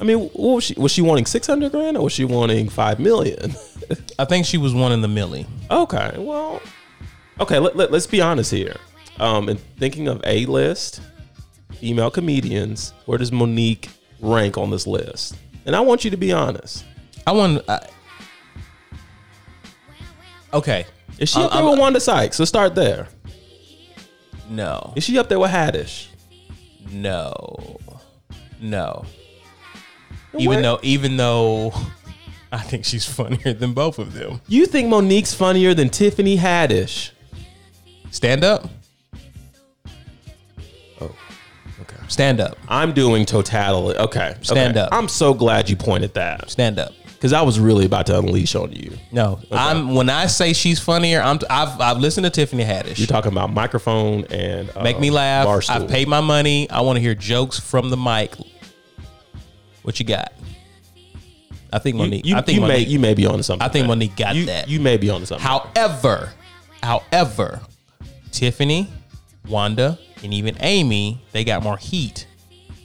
I mean, what was she was she wanting 600 grand or was she wanting five million?
I think she was one in the millie.
Okay, well, okay. Let, let, us be honest here. Um, and thinking of a list female comedians, where does Monique rank on this list? And I want you to be honest.
I want. I, okay,
Is she up
I'm-
there with Wanda Sykes? Let's start there.
no,
Is she up there with Haddish?
no, no.
Where-
Even though, even though, I think she's funnier than both of them.
you think Monique's funnier than Tiffany Haddish?
Stand up,
Oh, okay.
stand up,
I'm doing totality. Okay,
Stand
okay.
up.
I'm so glad you pointed that
stand up.
because I was really about to unleash on you.
No, I'm when I say she's funnier, I'm I've I've listened to Tiffany Haddish.
You're talking about microphone and uh,
Make me laugh.
barstool.
I've paid my money. I want to hear jokes from the mic. What you got? I think
You,
Monique.
you,
I think
you may
Monique.
you may be onto something.
I think
there.
Monique got
you,
that.
You may be onto something.
however, however, Tiffany, Wanda, and even Amy, they got more heat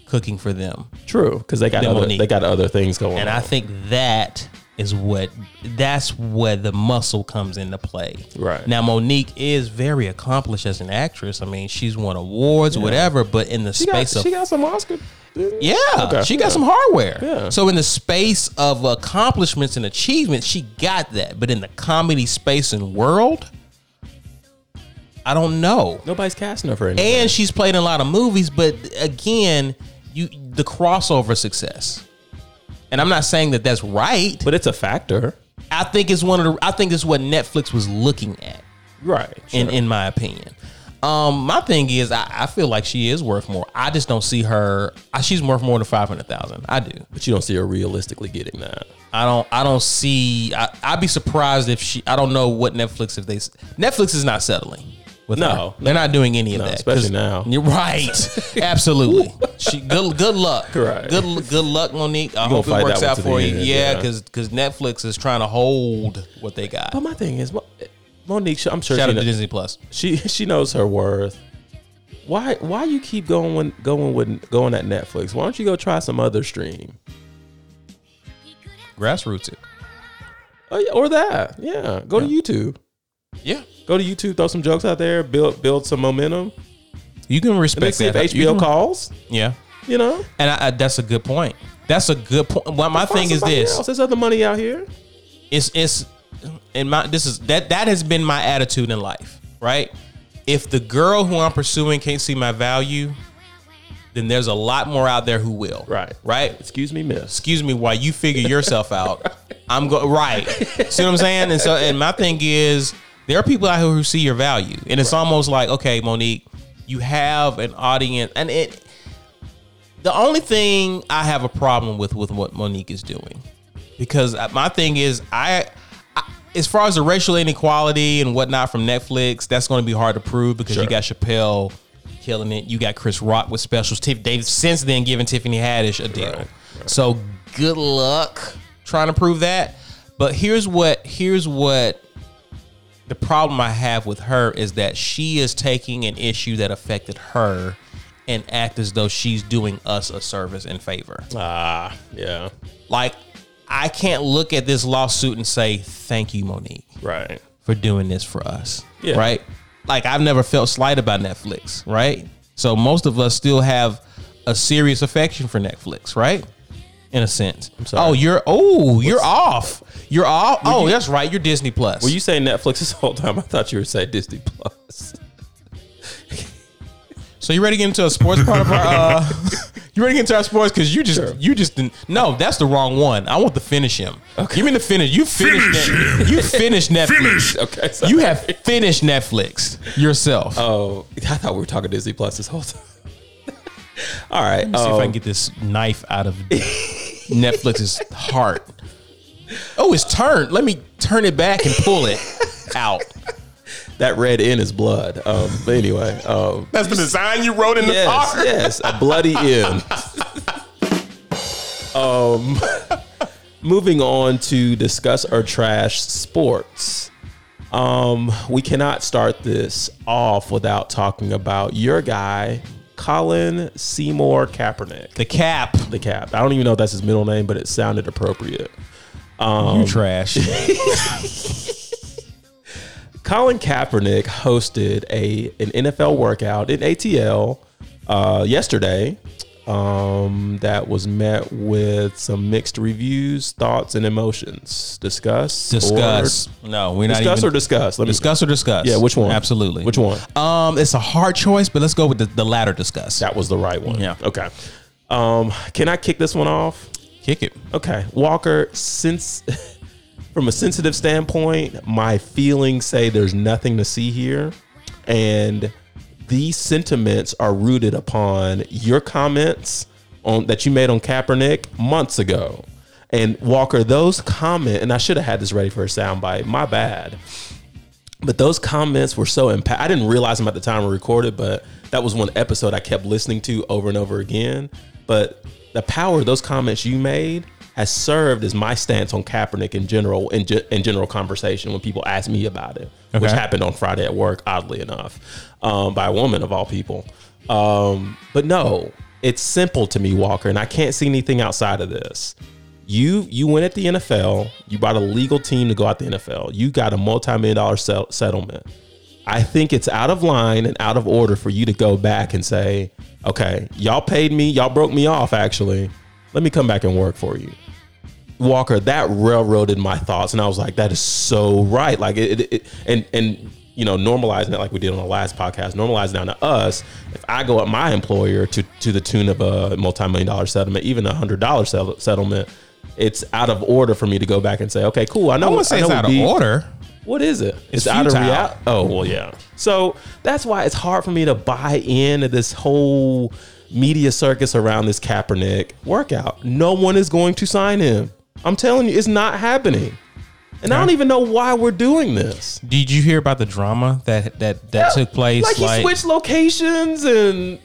cooking for them,
True, because they got
Then
other,
Monique.
they got other things going
and
on.
I think that is what that's where the muscle comes into play.
Right.
now, Monique is very accomplished as an actress. I mean, she's won awards, whatever. But in the
she got,
space of
she got some Oscar.
Yeah,
Okay,
she got
yeah.
some hardware.
Yeah.
So in the space of accomplishments and achievements, she got that. But in the comedy space and world, I don't know.
Nobody's casting her for anything.
And she's played in a lot of movies, but again, you the crossover success. And I'm not saying that that's right. But
but it's a factor,
I think it's one of the I think it's what Netflix was looking at,
right?
in in my opinion. Um, my thing is, I, I feel like she is worth more. I just don't see her. I, she's worth more than five hundred thousand. I do.
but you don't see her realistically getting that.
I don't. I don't see. I, I'd be surprised if she. I don't know what Netflix if they. Netflix is not settling. With
No,
her. they're not doing any of that. 'cause-
especially now.
You're right. Absolutely. she good. Good luck.
Right.
Good. Good luck, Monique. I hope it
fight
works
that one
out
to
for
the
you.
end,
yeah,
yeah.
because Netflix is trying to hold what they got.
But my thing is, Mo- Monique, she- I'm sure
Shout
she,
out to
kn-
Disney Plus.
she she knows her worth. Why why you keep going going with going at Netflix? Why don't you go try some other stream
Grassroots it.
or, Oh, or that? Yeah, go to YouTube.
Yeah.
Go to YouTube. Throw some jokes out there. Build build some momentum.
You can
And then
respect
see if
that. You
HBO
can-
calls.
Yeah.
You know,
And I, I, that's a good point. That's a good point. Well, my
Find
thing is
somebody
this.
else. There's other money out here.
it's it's and my this is that that has been my attitude in life right if the girl who i'm pursuing can't see my value then there's a lot more out there who will
Right.
right
Excuse me, miss.
excuse me while you figure yourself out i'm go right see what i'm saying and so and my thing is there are people out here who see your value and it's almost like okay monique you have an audience and it the only thing i have a problem with with what monique is doing because I- my thing is I, I as far as the racial inequality and whatnot from Netflix, that's going to be hard to prove because
Sure.
you got Chappelle killing it, you got Chris Rock with specials. Tiff, they've since then given Tiffany Haddish a deal, so good luck trying to prove that. But here's what here's what the problem I have with her is that she is taking an issue that affected her and act as though she's doing us a service and favor
Ah, yeah,
like I can't look at this lawsuit and say thank you, Monique,
right.
for doing this for us.
Yeah.
Right? Like I've never felt slighted by Netflix, right? So most of us still have a serious affection for Netflix, right? In a sense.
sorry.
Oh, you're oh, you're off. You're off. Oh, that's right. You're Disney Plus.
Were you saying Netflix this whole time? I thought you were saying Disney Plus.
so you ready to get into a sports part of our uh You ready to get into our sports? Because you just
Sure.
you just didn't, no, that's the wrong one. I want to finish him. Okay. Give me the finish. You finished
Finish
Net- you finished Netflix.
Okay, sorry.
You have finished Netflix yourself.
Oh, I thought we were talking Disney Plus this whole time. All right.
See if I
um,
can get this knife out of Netflix's heart. Oh, it's turned. Let me turn it back and pull it out.
that red in is blood. Um, but anyway, um,
That's the design you wrote in
yes, yes, a bloody in. um, moving on to discuss or trash sports. Um, we cannot start this off without talking about your guy, Colin Seymour Kaepernick.
The cap.
The cap. I don't even know if that's his middle name, but it sounded appropriate. Um,
you trash.
Colin Kaepernick hosted a an NFL workout in ATL uh, yesterday. Um, that was met with some mixed reviews, thoughts, and emotions. Discuss, or-
Discuss. no, we're not
discuss,
even.
or discuss. Let me
discuss or discuss.
Yeah, which one?
Absolutely.
Which one?
Um, it's a hard choice, but let's go with the, the latter. Discuss.
That was the right one.
Yeah.
Okay. Um, can I kick this one off?
Kick it.
Okay, Walker. Since from a sensitive standpoint, my feelings say there's nothing to see here, and these sentiments are rooted upon your comments on that you made on Kaepernick months ago. And Walker, those comment, and I should have had this ready for a soundbite. My bad. But those comments were so impact. I didn't realize them at the time we recorded, but that was one episode I kept listening to over and over again. But the power of those comments you made has served as my stance on Kaepernick in general in, ge- in general conversation when people ask me about it, which
Okay.
happened on Friday at work, oddly enough, um, by a woman of all people. Um, but no, it's simple to me, Walker, and I can't see anything outside of this you you went at the NFL. You bought a legal team to go out the NFL. You got a multi-million dollar sell, settlement. I think it's out of line and out of order for you to go back and say, "Okay, y'all paid me. Y'all broke me off. Actually, let me come back and work for you." Walker, that railroaded my thoughts, and I was like, "That is so right." Like it, it, it and and you know, normalizing it like we did on the last podcast, normalizing down to us. If I go at my employer to to the tune of a multi million dollar settlement, even a hundred dollar sell, settlement, it's out of order for me to go back and say, "Okay, cool." I know.
I wouldn't say
I
it's
know
out
we beat-
of order.
what is it? It's, out of
futile.
reality. Oh well, yeah. So that's why it's hard for me to buy into this whole media circus around this Kaepernick workout. No one is going to sign him. I'm telling you, it's not happening. And I don't even know why we're doing this.
Did you hear about the drama that that that took place?
Like he switched locations and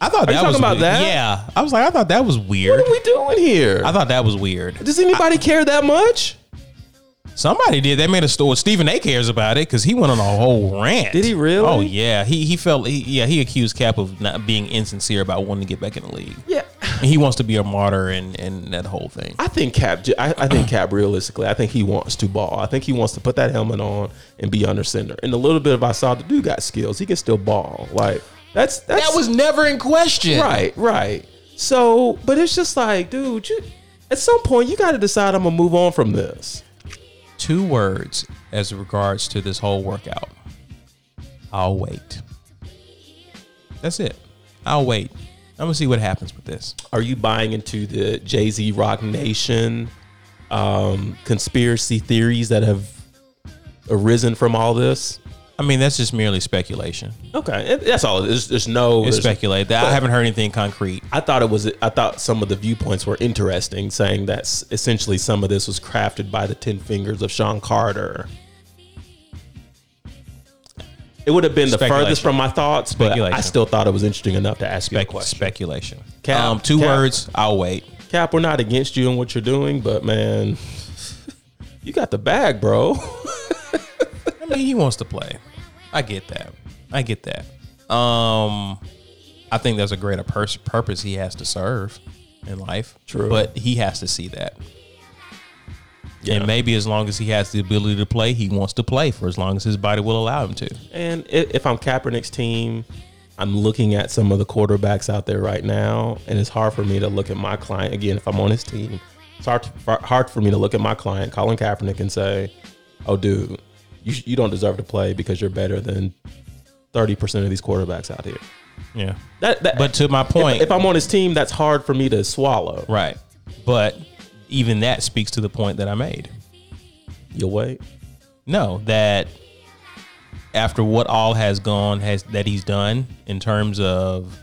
I thought
Are you
that
talking
was
about
weird.
that?
Yeah, I was like, I thought that was weird.
what are we doing here?
I thought that was weird.
Does anybody care that much?
Somebody did. They made a story. Stephen A. cares about it because he went on a whole rant.
Did he really?
Oh yeah. He he felt. He, yeah, he accused Cap of not being insincere about wanting to get back in the league.
Yeah.
And he wants to be a martyr and and that whole thing.
I think Cap. I, I think Cap. Realistically, I think he wants to ball. I think he wants to put that helmet on and be under center. And the little bit of I saw the dude got skills. He can still ball. Like that's that's
That was never in question.
right, right. So, but it's just like, dude, you at some point you got to decide. I'm gonna move on from this.
Two words as regards to this whole workout. I'll wait. That's it. I'll wait. I'm gonna see what happens with this.
Are you buying into the Jay Z Rock Nation um, conspiracy theories that have arisen from all this?
I mean, that's just merely speculation.
Okay, it- that's all. There's, there's no.
It's
there's-
speculate. I haven't heard anything concrete.
I thought it was. I thought some of the viewpoints were interesting, saying that s- essentially some of this was crafted by the Ten Fingers of Sean Carter. It would have been the
Speculation.
furthest from my thoughts, but I
Speculation.
still thought it was interesting enough to ask you a
Spec-
question.
speculation.
Cap,
um, two
cap.
words. I'll wait.
Cap, we're not against you and what you're doing, but man, you got the bag, bro.
I mean, he wants to play. I get that. I get that. Um, I think there's a greater pers- purpose he has to serve in life.
True.
but he has to see that.
Yeah.
And maybe as long as he has the ability to play, he wants to play for as long as his body will allow him to.
And i- if I'm Kaepernick's team, I'm looking at some of the quarterbacks out there right now, and it's hard for me to look at my client again if I'm on his team. It's hard for, hard for me to look at my client, Colin Kaepernick, and say, "Oh, dude, you sh- you don't deserve to play because you're better than thirty percent of these quarterbacks out here."
Yeah.
That, that
But to my point,
if, if I'm on his team, that's hard for me to swallow.
right. But even that speaks to the point that I made.
You'll wait.
No, that after what all has gone has that he's done in terms of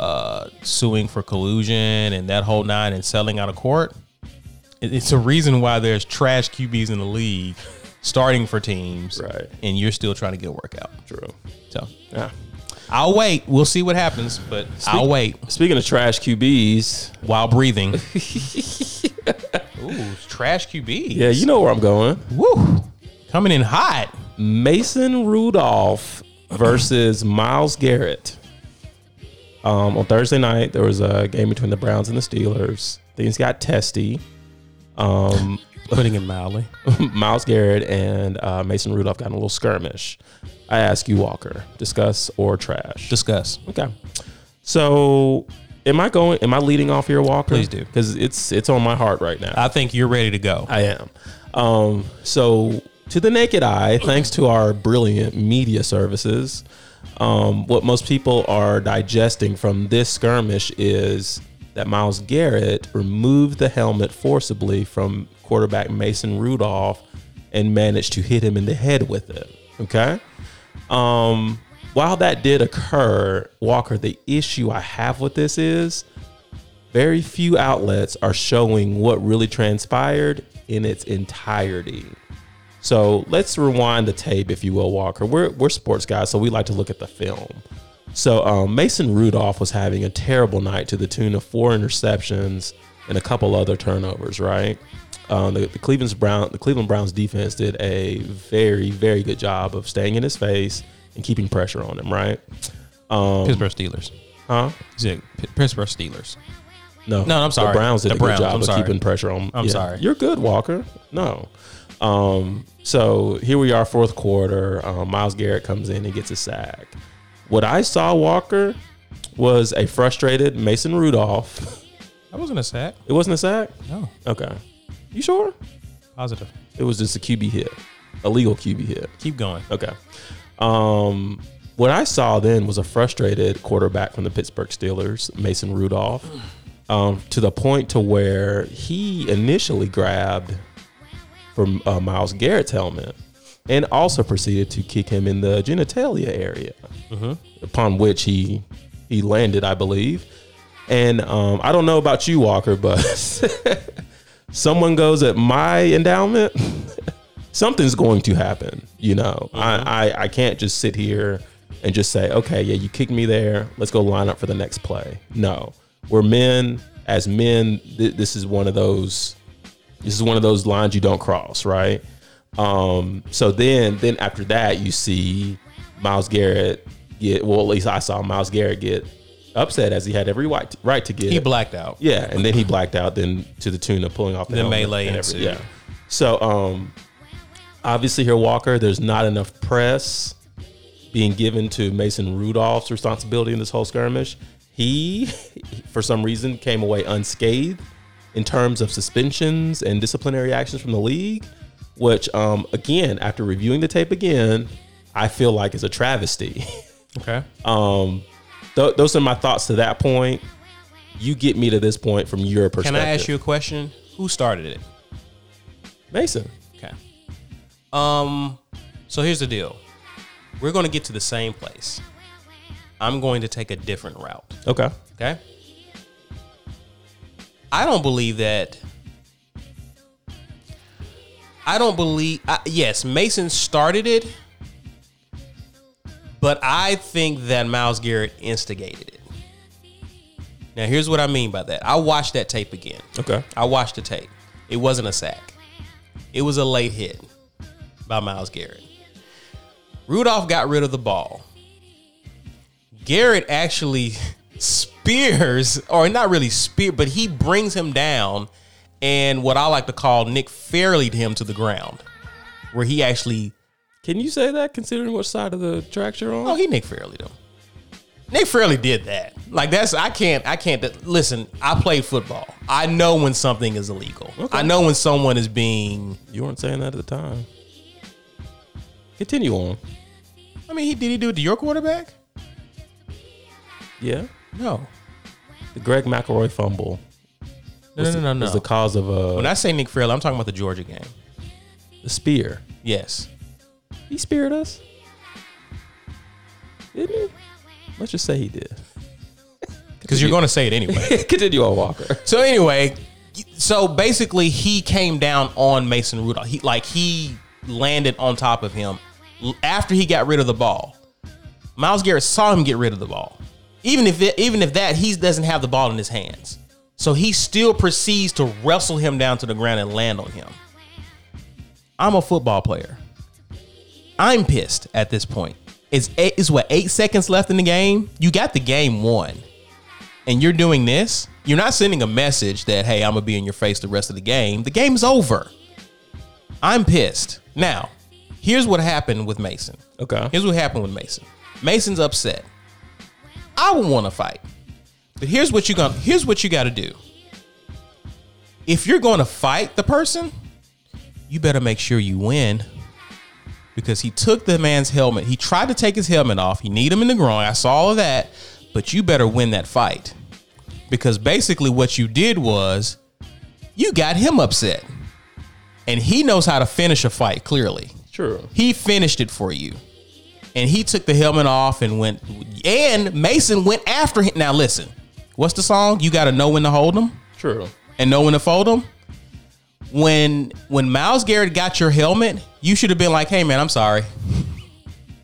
uh, suing for collusion and that whole nine and selling out of court, it- it's a reason why there's trash QBs in the league starting for teams,
Right.
And you're still trying to get a workout.
True.
So
Yeah.
I'll wait. We'll see what happens, but I'll wait
Speaking of trash QBs,
while breathing. Ooh, trash QB.
yeah, you know where I'm going.
Woo, coming in hot.
Mason Rudolph versus Miles Garrett. Um, on Thursday night, there was a game between the Browns and the Steelers. Things got testy. Um,
Putting it mildly.
Miles Garrett and uh, Mason Rudolph got in a little skirmish. I ask you, Walker, discuss or trash?
Discuss.
Okay. So, am I going? Am I leading off here, Walker?
Please do.
because it's it's on my heart right now.
I think you're ready to go.
I am. Um, so to the naked eye, thanks to our brilliant media services, um, what most people are digesting from this skirmish is that Miles Garrett removed the helmet forcibly from quarterback Mason Rudolph and managed to hit him in the head with it. Okay. Um, while that did occur, Walker, the issue I have with this is very few outlets are showing what really transpired in its entirety. So let's rewind the tape, if you will, Walker. We're, we're sports guys, so we like to look at the film. So um, Mason Rudolph was having a terrible night to the tune of four interceptions and a couple other turnovers, right? Um, the, the Cleveland's Brown, the Cleveland Browns defense did a very, very good job of staying in his face and keeping pressure on him, right?
Pittsburgh Steelers.
Uh, Huh?
Is it P- Pittsburgh Steelers?
No,
No, I'm sorry.
The Browns did
The
a
Browns,
good job
I'm
of
sorry.
keeping pressure on.
I'm sorry.
You're good, Walker. No. Um, so here we are, fourth quarter. Um, Miles Garrett comes in and gets a sack. What I saw, Walker, was a frustrated Mason Rudolph.
That wasn't a sack.
It wasn't a sack.
No,
Okay. You sure?
positive.
It was just a QB hit, a legal QB hit.
Keep going.
Okay. Um, what I saw then was a frustrated quarterback from the Pittsburgh Steelers, Mason Rudolph, um, to the point to where he initially grabbed from uh, Miles Garrett's helmet and also proceeded to kick him in the genitalia area, upon which he he landed, I believe. And um, I don't know about you, Walker, but someone goes at my endowment, something's going to happen. You know, I, I I can't just sit here and just say, okay, yeah, you kicked me there. Let's go line up for the next play. No, we're men. As men, th- this is one of those. This is one of those lines you don't cross, right? Um, so then, then after that, you see Miles Garrett get. Well, at least I saw Miles Garrett get upset as he had every right to, right to get.
He blacked out.
Yeah, and then he blacked out. Then to the tune of pulling off the,
The
helmet
melee
and everything.
ensued.
Yeah. So um, obviously here Walker, there's not enough press being given to Mason Rudolph's responsibility in this whole skirmish. He, for some reason, came away unscathed in terms of suspensions and disciplinary actions from the league, which um, again, after reviewing the tape again, I feel like is a travesty.
Okay.
Um, th- those are my thoughts to that point. You get me to this point from your
Can
perspective.
I ask you a question? Who started it?
Mason?
Okay. Um. So here's the deal. We're going to get to the same place. I'm going to take a different route.
Okay.
Okay. I don't believe that. I don't believe. I, yes, Mason started it, but I think that Miles Garrett instigated it. Now, here's what I mean by that. I watched that tape again.
Okay.
I watched the tape. It wasn't a sack. It was a late hit by Miles Garrett. Rudolph got rid of the ball. Garrett actually spears, or not really spear, but he brings him down, and what I like to call Nick fairlied him to the ground, where he actually
Can you say that considering which side of the tracks you're on?
Oh, he Nick Fairley though. Nick Fairley did that. Like that's I can't I can't listen. I played football. I know when something is illegal.
Okay.
I know when someone is being.
You weren't saying that at the time. Continue on.
I mean, he did he do it to your quarterback?
Yeah.
No,
The Greg McElroy fumble
no, no, no, no.
was the cause of
when
a
I say Nick Fairley, I'm talking about the Georgia game.
the spear.
Yes,
He speared us, didn't he? Let's just say he did.
because you're going to say it anyway.
Continue on, Walker.
so anyway, so basically, he came down on Mason Rudolph. He like he landed on top of him l- after he got rid of the ball. Miles Garrett saw him get rid of the ball. Even if it, even if that he doesn't have the ball in his hands, so he still proceeds to wrestle him down to the ground and land on him. I'm a football player. I'm pissed at this point. It's eight, it's what eight seconds left in the game. You got the game won, and you're doing this. You're not sending a message that hey, I'm gonna be in your face the rest of the game. The game's over. I'm pissed. Now, here's what happened with Mason.
Okay.
Here's what happened with Mason. Mason's upset. I would want to fight. But here's what you going to here's what you got to do. If you're going to fight the person, you better make sure you win. Because he took the man's helmet. He tried to take his helmet off. He kneed him in the groin. I saw all of that, but you better win that fight. Because basically what you did was you got him upset. And he knows how to finish a fight clearly
True.
he finished it for you. And he took the helmet off and went and Mason went after him. Now listen, what's the song? You gotta know when to hold him
True.
and know when to fold him. When when Miles Garrett got your helmet, you should have been like, hey man, I'm sorry.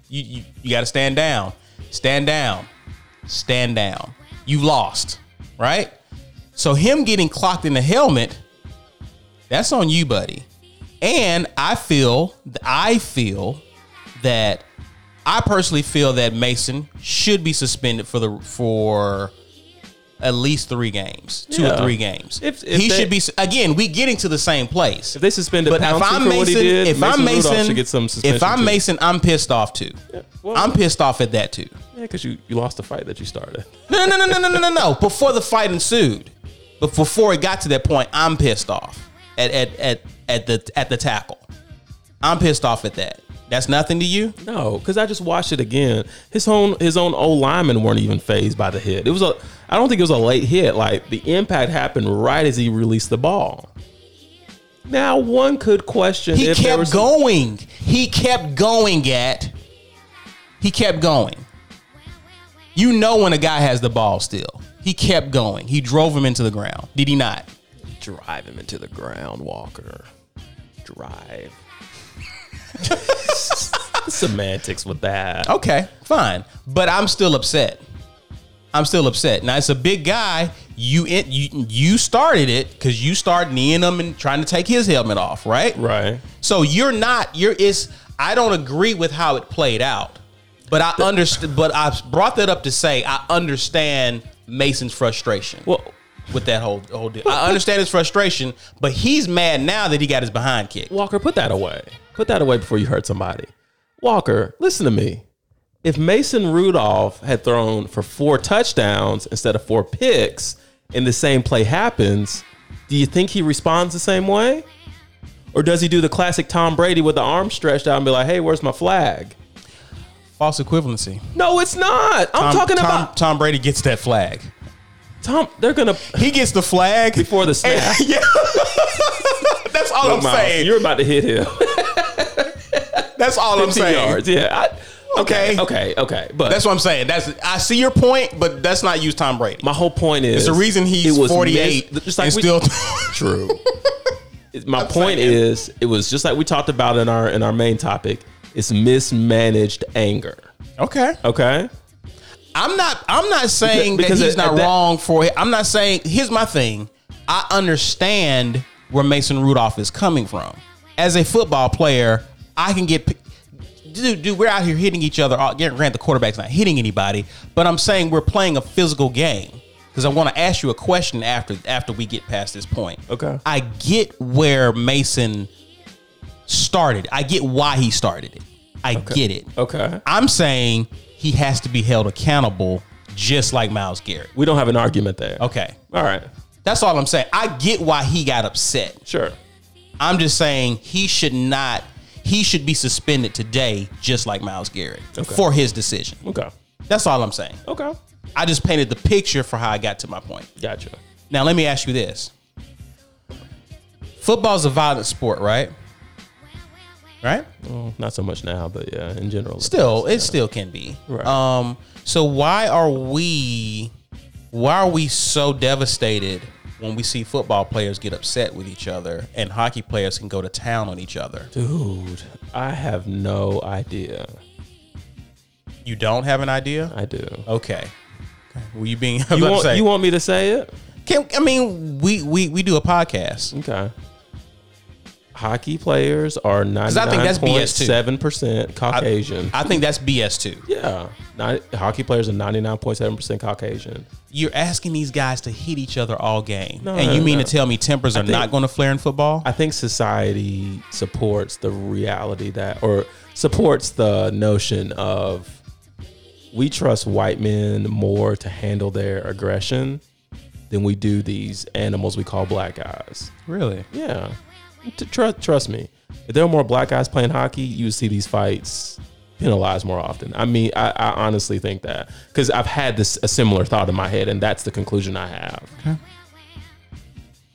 You you, you gotta stand down. Stand down. Stand down. You lost. Right? So him getting clocked in the helmet, that's on you, buddy. And I feel, I feel that I personally feel that Mason should be suspended for the for at least three games, two or
Yeah.
three games.
If- if
he
they-
should be again. We getting to the same place.
If they suspended
But if
Pouncey
I'm
for what he
Mason,
did,
if
Mason
I'm
Rudolph
Mason,
should get some suspension.
if I'm
too.
Mason, I'm pissed off too.
well-
I'm pissed off at that too.
yeah, because you, you lost the fight that you started.
No, no, no, no, no, no, no, no. Before the fight ensued, but before it got to that point, I'm pissed off at at at, at the at the tackle. I'm pissed off at that. That's nothing to you.
No, because I just watched it again. His own his own old linemen weren't even phased by the hit. It was a I don't think it was a late hit. Like the impact happened right as he released the ball. Now one could question
He
if there
kept
was
going. He kept going at. He kept going. You know when a guy has the ball still. He kept going. He drove him into the ground. Did he not?
drive him into the ground, Walker. Drive. Semantics with that.
Okay, fine. But I'm still upset. I'm still upset. Now it's a big guy. You it, you you started it because you started kneeing him and trying to take his helmet off, right?
Right.
So you're not you're it's I don't agree with how it played out. But I understand but I brought that up to say I understand Mason's frustration
Well,
with that whole whole deal. I understand his frustration, but he's mad now that he got his behind kicked.
Walker, put that away. Put that away before you hurt somebody. Walker, listen to me. If Mason Rudolph had thrown for four touchdowns instead of four picks and the same play happens, do you think he responds the same way? Or does he do the classic Tom Brady with the arm stretched out and be like, hey, where's my flag?
False equivalency.
No, it's not. I'm
Tom-
talking
Tom-
about
Tom Brady gets that flag.
Tom. They're going to,
He gets the flag
before the snap.
yeah. That's all I'm
Miles,
saying.
You're about to hit him.
That's all I'm
50
saying.
yards. Yeah. I-
Okay.
Okay. Okay. But
That's what I'm saying. That's I see your point, but that's not use Tom Brady.
My whole point is
It's the reason he's
it was
48
mis- just like
and
we-
still
true. It- My point is, it was just like we talked about in our in our main topic. It's mismanaged anger.
okay.
Okay,
I'm not. I'm not saying
Because- because
that he's
at-
not
at that-
wrong for it. I'm not saying. Here's my thing. I understand where Mason Rudolph is coming from. As a football player, I can get. p- Dude, dude, we're out here hitting each other. all- Grant, Grant, the quarterback's not hitting anybody, but I'm saying we're playing a physical game because I want to ask you a question after after we get past this point.
Okay.
I get where Mason started. I get why he started it. I get it.
okay.
I'm saying he has to be held accountable just like Miles Garrett.
We don't have an argument there.
Okay.
All right.
That's all I'm saying. I get why he got upset.
Sure.
I'm just saying he should not he should be suspended today just like Miles Garrett
Okay.
for his decision.
Okay.
That's all I'm saying.
Okay.
I just painted the picture for how I got to my point.
Gotcha.
Now let me ask you this. Football's a violent sport, right? Right?
Well, Mm, not so much now, but yeah, in general.
still it still can be
Right.
um so why are we why are we so devastated when we see football players get upset with each other and hockey players can go to town on each other
dude, I have no idea.
you don't have an idea
I do.
okay were you being
You
upset?
want, you want me to say it?
Can, i mean we, we we do a podcast
Okay. Hockey players are
I think that's BS too.
99.7% Caucasian.
i think that's bs too
yeah. Not, hockey players are 99.7% Caucasian.
you're asking these guys to hit each other all game
No,
and you
no,
mean
no.
to tell me tempers are
think-
not going to flare in football
I think society supports the reality that, or supports the notion of we trust white men more to handle their aggression than we do these animals we call black guys.
really
Yeah. T- trust, trust me. If there were more black guys playing hockey, you would see these fights penalized more often. I mean, I, I honestly think that because I've had this a similar thought in my head, and that's the conclusion I have.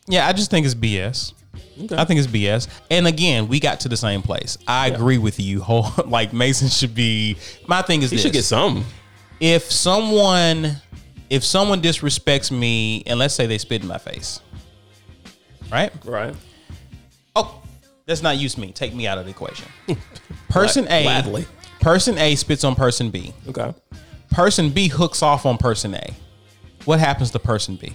yeah i just think it's bs
Okay.
I think it's BS. And again, we got to the same place. I agree with you. Whole like Mason should be. My thing is
you
this:
should get some.
if someone, if someone disrespects me, and let's say they spit in my face, right?
Right.
Oh, let's not use me. Take me out of the equation. Person A,
Gladly.
person A spits on person B.
Okay.
Person B hooks off on person A. What happens to person B?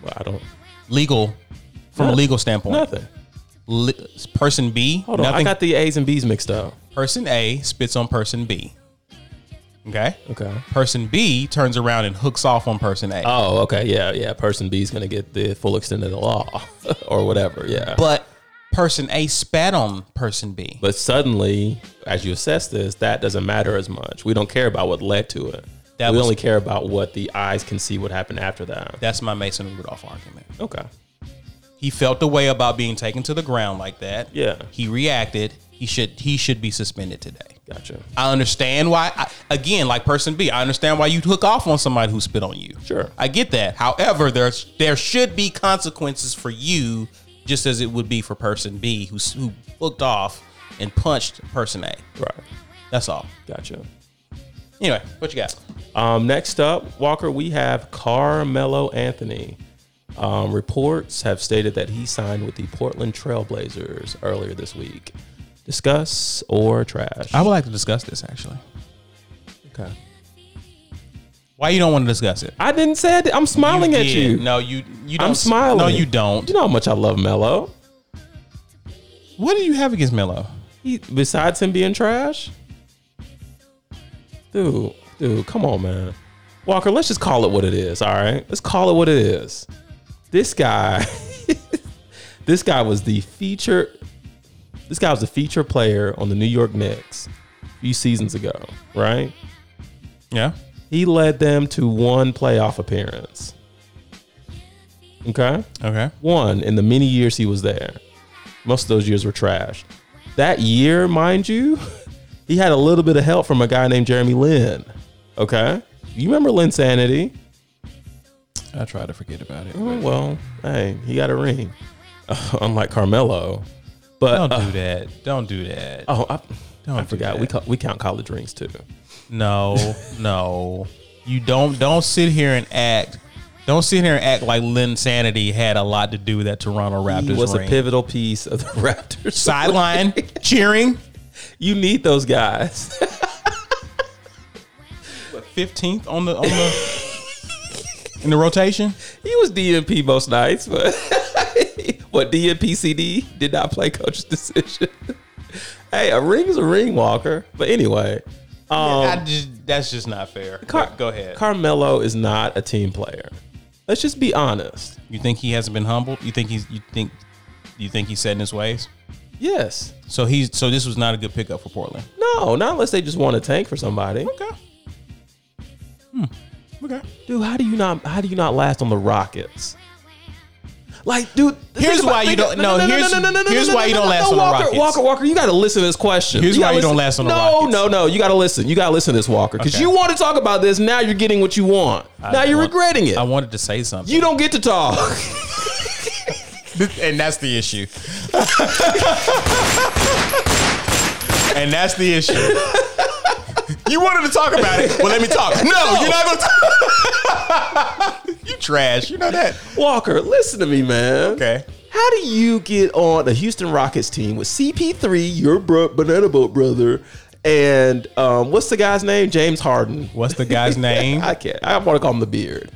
Well, I don't.
Legal, from a
Nothing.
legal standpoint,
Nothing.
Li- person B,
Hold on. I
nothing
got the A's and B's mixed up.
person A spits on person B. Okay.
Okay.
Person B turns around and hooks off on person A.
Oh, okay. Yeah, yeah. Person B's going to get the full extent of the law or whatever. Yeah.
but person A spat on person B.
But suddenly, as you assess this, that doesn't matter as much. We don't care about what led to it.
That
we
was-
only care about what the eyes can see what happened after that.
That's my Mason Rudolph argument.
Okay.
He felt the way about being taken to the ground like that.
Yeah.
He reacted. He should he should be suspended today.
Gotcha.
I understand why. I, again, like person B, I understand why you hook off on somebody who spit on you.
Sure.
I get that. However, there's there should be consequences for you, just as it would be for person B who s- who hooked off and punched person A.
Right.
That's all.
Gotcha.
Anyway, what you got?
Um, next up, Walker, we have Carmelo Anthony. Um, reports have stated that he signed with the Portland Trailblazers earlier this week. Discuss or trash?
I would like to discuss this actually.
okay.
Why you don't want to discuss it?
I didn't say I did. I'm smiling at
did.
you.
No, you you don't
I'm smiling.
No, you don't.
You know how much I love Melo.
What do you have against Melo?
He, besides him being trash, dude, dude, come on, man. Walker, let's just call it what it is. All right, let's call it what it is. This guy, this guy was the feature. This guy was the feature player on the New York Knicks a few seasons ago, right?
Yeah.
He led them to one playoff appearance. Okay
Okay.
one in the many years he was there. Most of those years were trash. That year, mind you, he had a little bit of help from a guy named Jeremy Lin. Okay? You remember Lin Sanity?
I try to forget about it.
Oh, well, hey, he got a ring. unlike Carmelo. But
Don't
uh,
do that. Don't do that.
oh, I,
Don't
I
do
forgot.
that.
We co- we count college rings too.
No, no. You don't don't sit here and act. Don't sit here and act like Lynn Sanity had a lot to do with that Toronto Raptors
He was
ring.
a pivotal piece of the Raptors.
Sideline cheering.
you need those guys.
Fifteenth on the on the in the rotation.
he was DNP most nights, but what DNP CD did not play coach's decision. hey, a ring is a ring, Walker. But anyway, um,
I just, that's just not fair.
Car-
Go ahead.
Carmelo is not a team player. Let's just be honest.
you think he hasn't been humbled? You think he's you think you think he's set in his ways?
Yes.
So he's so this was not a good pickup for Portland.
No, not unless they just want to tank for somebody.
Okay. Hmm. Okay.
Dude, how do you not how do you not last on the Rockets? Like, dude,
Here's
think
why you
think-
don't- no, here's- here's why you don't last on the
Walker,
Rockets.
Walker, Walker, you got to listen to this question.
Here's
You
why
gotta
you don't
listen-
last on the
no,
Rockets.
No, no, You got to listen. You got to listen to this, Walker, because
Okay.
you want to talk about this. Now you're getting what you want. now you're
want-
regretting it.
I wanted to say something.
you don't get to talk.
and that's the issue. and that's the issue. You wanted to talk about it. Well, let me talk. No, you're not going to talk. you trash. You know that.
Walker, listen to me, man.
Okay.
How do you get on the Houston Rockets team with CP3, your bro- banana boat brother, and um, what's the guy's name? James Harden.
What's the guy's name?
I can't. I want to call him the beard.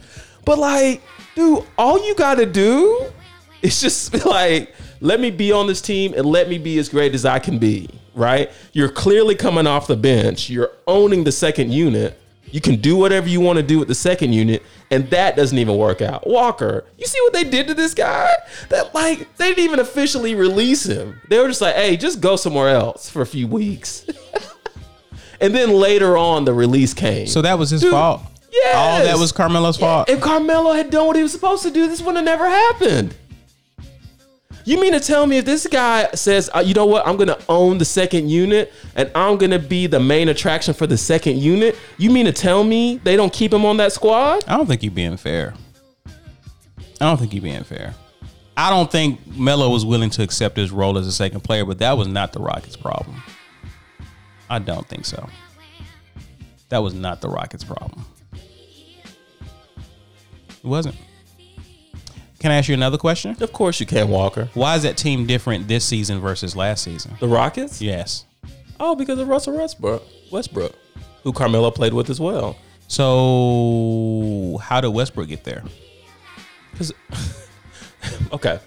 But like, dude, all you gotta do is just be like, let me be on this team and let me be as great as I can be. Right? You're clearly coming off the bench. You're owning the second unit. You can do whatever you want to do with the second unit, and that doesn't even work out. Walker, you see what they did to this guy? That like they didn't even officially release him. They were just like, hey, just go somewhere else for a few weeks. and then later on the release came.
So that was his fault.
Yes.
All that was Carmelo's fault.
If Carmelo had done what he was supposed to do, this would have never happened. You mean to tell me if this guy says, uh, you know what, I'm going to own the second unit and I'm going to be the main attraction for the second unit? You mean to tell me they don't keep him on that squad?
I don't think you being fair. I don't think you being fair. I don't think Melo was willing to accept his role as a second player, but that was not the Rockets' problem. I don't think so. That was not the Rockets' problem. It wasn't. Can I ask you another question?
Of course you can, Walker.
Why is that team different this season versus last season?
The Rockets?
Yes.
Oh, because of Russell Westbrook, Westbrook, who Carmelo played with as well.
So, how did Westbrook get there?
Because okay,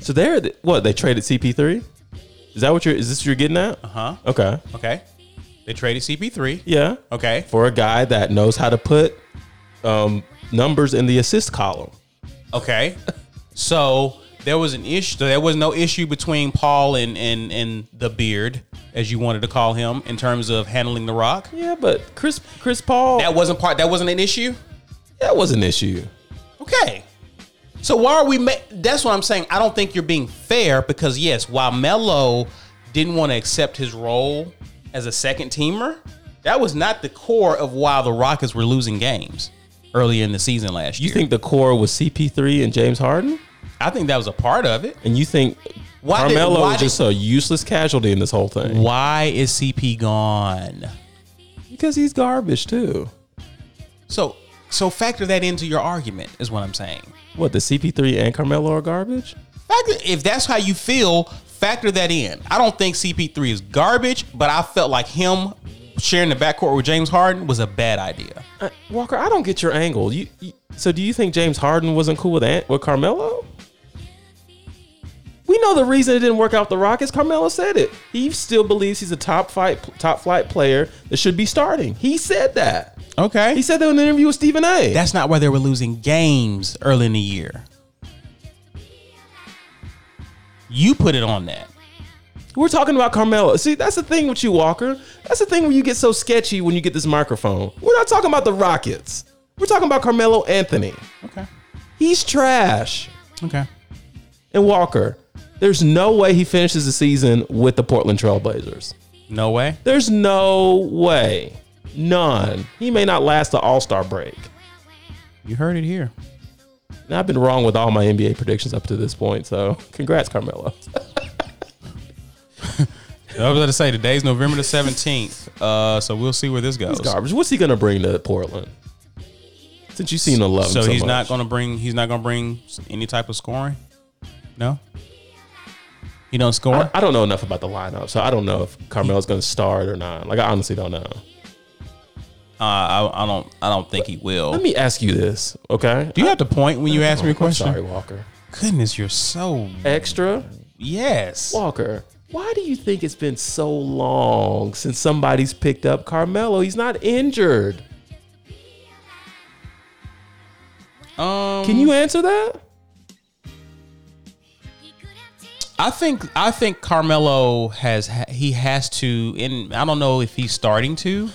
so they're the- what they traded CP3. Is that what you're? Is this what you're getting at? Uh
Uh-huh.
Okay.
Okay. They traded CP3.
Yeah.
Okay.
For a guy that knows how to put um, numbers in the assist column.
Okay. So there was an issue. There was no issue between Paul and, and and the beard, as you wanted to call him, in terms of handling the rock.
Yeah, but Chris Chris Paul
That
that,
wasn't part. That wasn't an issue.
was an issue.
Okay. So why are we? Ma- That's what I'm saying. I don't think you're being fair because yes, while Melo didn't want to accept his role as a second teamer, that was not the core of why the Rockets were losing games earlier in the season last
You
year.
think the core was CP3 and James Harden,
I think that was a part of it.
and you think
Why did-
Carmelo
why
is just a useless casualty in this whole thing
Why is CP gone?
because he's garbage too.
So so factor that into your argument is what I'm saying.
What the CP3 and Carmelo are garbage?
Factor if that's how you feel, factor that in. I don't think CP3 is garbage, but I felt like him sharing the backcourt with James Harden was a bad idea.
Uh, Walker, I don't get your angle. You, you so do you think James Harden wasn't cool with Ant, with Carmelo? We know the reason it didn't work out with the Rockets. Carmelo said it. He still believes he's a top fight, top flight player that should be starting. He said that.
Okay.
He said that in an interview with Stephen A.
That's not why they were losing games early in the year. You put it on that.
We're talking about Carmelo. See, that's the thing with you, Walker. That's the thing where you get so sketchy when you get this microphone. We're not talking about the Rockets. We're talking about Carmelo Anthony.
Okay.
He's trash.
Okay.
And Walker, there's no way he finishes the season with the Portland Trailblazers.
No way.
There's no way. None. He may not last the All Star break.
You heard it here.
And I've been wrong with all my NBA predictions up to this point. So congrats, Carmelo.
I was going to say today's November the 17th. Uh, so we'll see where this goes.
It's garbage. What's he gonna bring to Portland? Since you've seen the love, him
so,
so
he's
much.
not going to bring he's not going to bring any type of scoring? No. He don't score?
I, I don't know enough about the lineup, so I don't know if Carmelo's gonna start or not. Like I honestly don't know.
Uh, I, I don't I don't think he will.
Let me ask you this, okay?
Do you have to point when you ask me a
I'm
question?
Sorry, Walker.
Goodness, you're so
Extra
yes.
Walker. Why do you think it's been so long since somebody's picked up Carmelo? He's not injured.
Um,
Can you answer that?
I think I think Carmelo has he has to, and I don't know if he's starting to,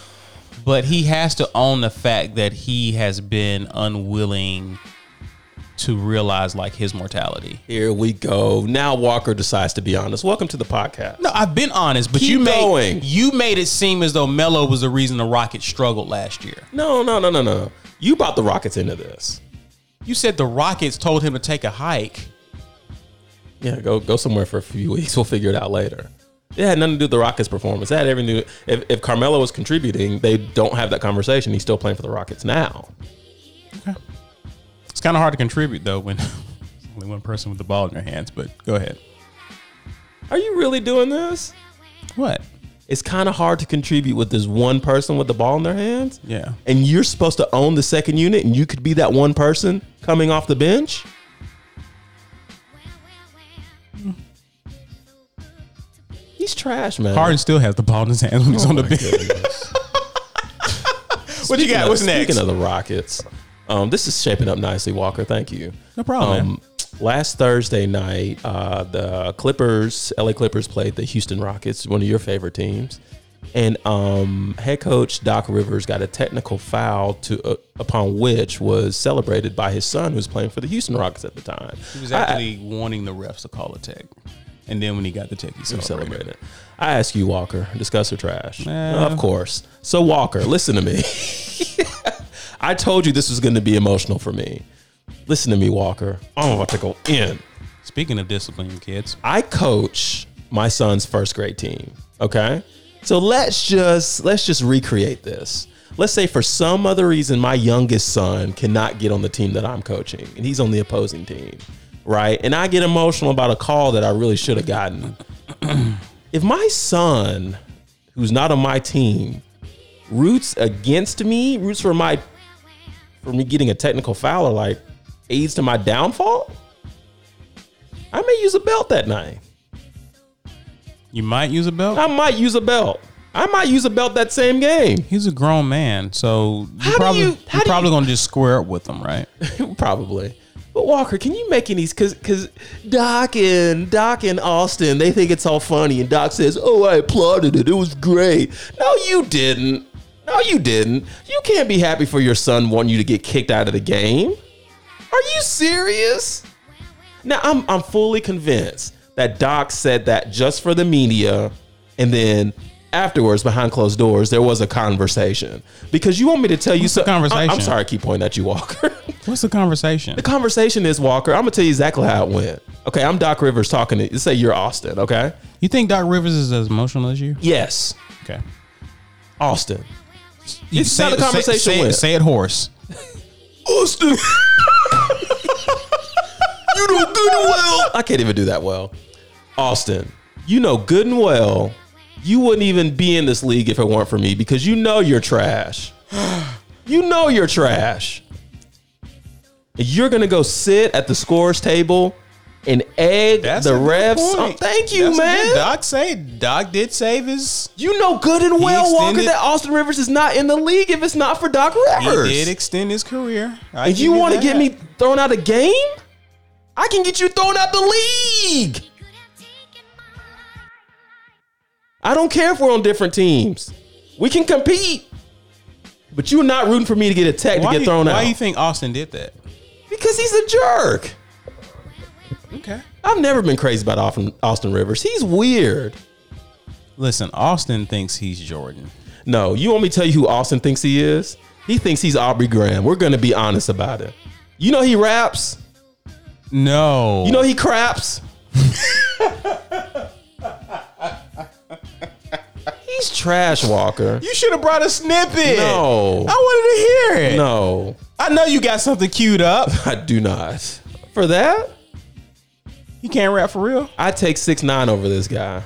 but he has to own the fact that he has been unwilling to realize like his mortality.
Here we go. Now Walker decides to be honest. Welcome to the podcast.
No, I've been honest, but
Keep
you made
going.
you made it seem as though Melo was the reason the Rockets struggled last year.
No, no, no, no, no. You brought the Rockets into this.
You said the Rockets told him to take a hike.
Yeah, go go somewhere for a few weeks. We'll figure it out later. It had nothing to do with the Rockets' performance. That everything. To, if if Carmelo was contributing, they don't have that conversation. He's still playing for the Rockets now.
It's kind of hard to contribute though when only one person with the ball in their hands. But go ahead.
Are you really doing this?
What?
It's kind of hard to contribute with this one person with the ball in their hands.
Yeah.
And you're supposed to own the second unit, and you could be that one person coming off the bench. He's trash, man.
Harden still has the ball in his hands when he's on the bench. what you
Speaking
got?
of-
What's next?
Speaking of the Rockets, um, this is shaping up nicely, Walker. Thank you.
No problem, man.
Um, Last Thursday night, uh, the Clippers, LA Clippers, played the Houston Rockets, one of your favorite teams, and um, head coach Doc Rivers got a technical foul to uh, upon which was celebrated by his son, who was playing for the Houston Rockets at the time.
he was
I-
actually wanting the refs to call a tech, and then when he got the tech, he
I,
celebrated.
celebrated. I ask you, Walker, discuss or trash?
Nah.
Of course. So Walker, listen to me. I told you this was going to be emotional for me. Listen to me, Walker. Oh, I'm about to go in.
Speaking of discipline, kids,
I coach my son's first grade team. Okay. So let's just let's just recreate this. Let's say for some other reason my youngest son cannot get on the team that I'm coaching and he's on the opposing team, right? And I get emotional about a call that I really should have gotten. if my son who's not on my team roots against me, roots for my for me getting a technical foul or like aids to my downfall, I may use a belt that night.
you might use a belt.
I might use a belt. I might use a belt that same game.
He's a grown man, so
How
you're
do
probably
you-
you,
how
are
do
probably gonna just square up with him, right?
Probably. But Walker, can you make any cause cause Doc and Doc and Austin, they think it's all funny and Doc says, Oh, I applauded it. It was great. No, you didn't. No, you didn't. You can't be happy for your son wanting you to get kicked out of the game. Are you serious? Now I'm I'm fully convinced that Doc said that just for the media, and then afterwards, behind closed doors, there was a conversation. Because you want me to tell you
the
so- I- I'm
conversation?
sorry, I keep pointing at you, Walker.
What's the conversation?
the conversation is Walker. I'm gonna tell you exactly how it went. Okay, I'm Doc Rivers talking to. Let's say you're Austin. Okay.
You think Doc Rivers is as emotional as you?
Yes,
Okay.
Austin.
You
It's not a
it-
conversation
Say, it,
with.
say it hoarse.
Austin. you know good and well. I can't even do that well. Austin, you know good and well. You wouldn't even be in this league if it weren't for me because you know you're trash. You know you're trash. And You're gonna go sit at the scores table and egg the
a good
refs.
point.
on- thank you,
That's a
man.
good- Doc saved. Doc did save his.
You know good and well, Walker,
extended-
that Austin Rivers is not in the league if it's not for Doc
He
Rivers.
did extend his career. I
And
give
you want to
that.
get me thrown out of game? I can get you thrown out the league. I don't care if we're on different teams. We can compete. But you're not rooting for me to get attacked
Why
to get
you-
thrown
Why
out.
do you think Austin did that?
because he's a jerk.
Okay.
I've never been crazy about Austin, Austin Rivers. He's weird.
Listen, Austin thinks he's Jordan.
No, you want me to tell you who Austin thinks he is? He thinks he's Aubrey Graham. We're going to be honest about it. You know he raps.
No.
You know he craps. He's trash Walker.
you should have brought a snippet.
No.
I wanted to hear it.
No,
I know you got something queued up.
I do not. For that,
You can't rap for real.
I take six nine over this guy.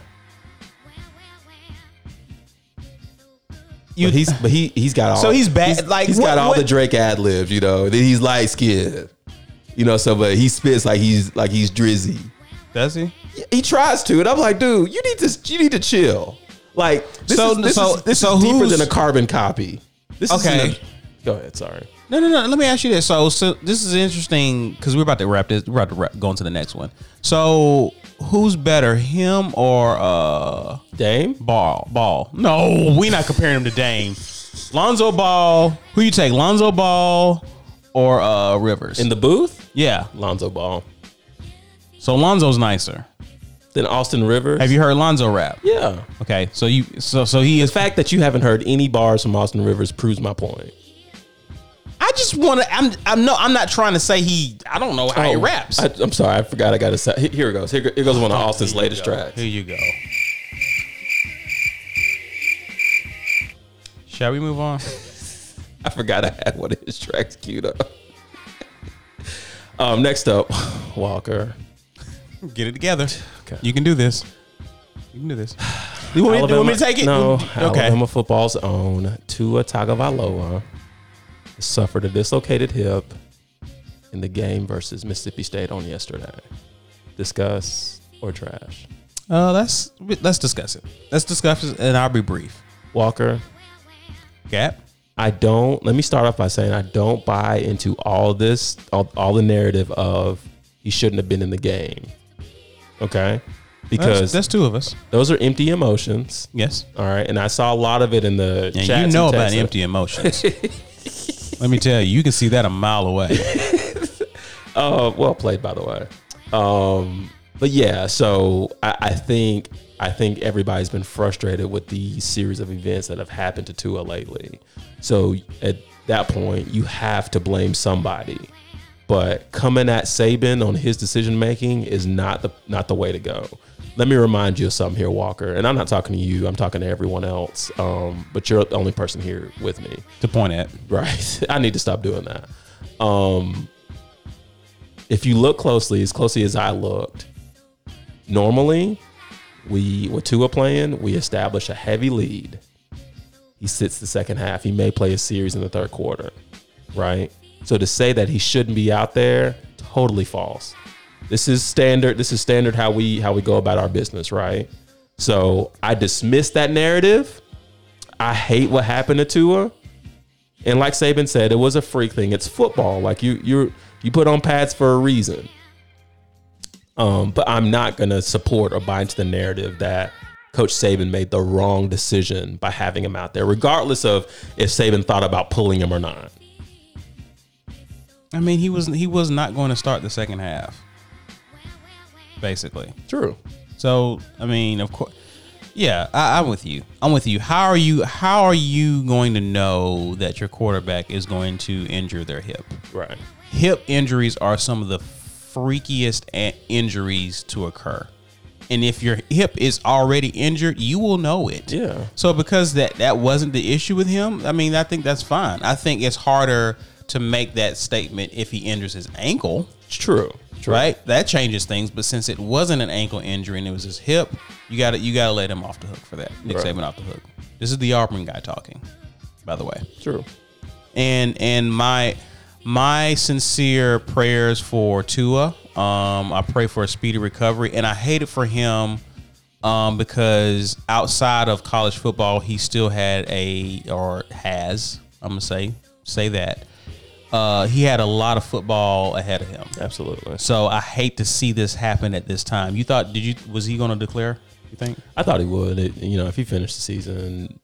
You, but he's but he he's got all
So he's bad- like,
he's
what-
got all the
what-
Drake ad libs, you know. Then he's light skinned. You know, so but he spits like he's like he's drizzy.
Does he?
he tries to, and I'm like, dude, you need to you need to chill. Like this
So-
is this
so-
is, this
so
is deeper
who's-
than a carbon copy. This
Okay.
is go ahead. Sorry.
No, no, no. Let me ask you this. So, so this is interesting because we're about to wrap this. We're about to wrap, go into the next one. So, who's better, him or uh
Dame
Ball? Ball? No, we not comparing him to Dame. Lonzo Ball. Who you take, Lonzo Ball or uh Rivers?
in the booth,
yeah.
Lonzo Ball,
So Lonzo's nicer.
then Austin Rivers.
Have you heard Lonzo rap?
yeah.
Okay. So you. So so he is.
The fact that you haven't heard any bars from Austin Rivers proves my point.
I just want to. I'm. I'm no. I'm not trying to say he. I don't know how he
Oh,
raps. Oh,
I, am sorry, I forgot. I got to say. Here here it goes. Here, go- here goes one of Austin's latest tracks.
Here you go. Shall we move on?
I forgot I had one of his tracks queued up. um, next up, Walker.
Get it together.
Okay.
You can do this. You can do this. You want, me, you want me to take it?
No.
Okay.
Alabama football's own Tua Tagovailoa suffered a dislocated hip in the game versus Mississippi State on yesterday. Discuss or trash?
Uh, let's let's discuss it. Let's discuss it, and I'll be brief.
Walker,
Gap.
I don't. Let me start off by saying I don't buy into all this, all, all the narrative of he shouldn't have been in the game. Okay,
That's,
because
that's two of us.
those are empty emotions.
Yes.
All right, and I saw a lot of it in the
And
chats
you
and
know about
texts.
empty emotions. Let me tell you, you can see that a mile away.
Uh, well played, by the way. Um, but yeah, so I, I think I think everybody's been frustrated with the series of events that have happened to Tua lately. So at that point, you have to blame somebody. But coming at Saban on his decision making is not the not the way to go. Let me remind you of something here, Walker. And I'm not talking to you. I'm talking to everyone else. Um, but you're the only person here with me.
to point at.
Right. I need to stop doing that. Um, if you look closely, as closely as I looked, normally we with Tua playing, we establish a heavy lead. He sits the second half. He may play a series in the third quarter. Right? So to say that he shouldn't be out there, totally false. This is standard. This is standard how we how we go about our business, right? So I dismiss that narrative. I hate what happened to Tua. And like Saban said, it was a freak thing. It's football. Like you you you put on pads for a reason. Um, but I'm not gonna support or buy into the narrative that Coach Saban made the wrong decision by having him out there, regardless of if Saban thought about pulling him or not.
I mean, he was he was not going to start the second half. Basically.
True.
So I mean, of course, yeah, I, I'm with you. I'm with you. How are you? How are you going to know that your quarterback is going to injure their hip?
Right.
Hip injuries are some of the freakiest a- injuries to occur. and if your hip is already injured, you will know it.
Yeah.
So because that that wasn't the issue with him, I mean, I think that's fine. I think it's harder to make that statement if he injures his ankle,
It's true. True.
right? That changes things. But since it wasn't an ankle injury and it was his hip, you got to you got to let him off the hook for that. Nick
Right.
Saban off the hook. This is the Auburn guy talking, by the way
True.
and and my my sincere prayers for Tua. Um, I pray for a speedy recovery, and I hate it for him um, because outside of college football, he still had a or has I'm gonna say say that uh, he had a lot of football ahead of him.
Absolutely.
So I hate to see this happen at this time. You thought did you was he gonna declare? You think?
I thought he would. It, you know, if he finished the season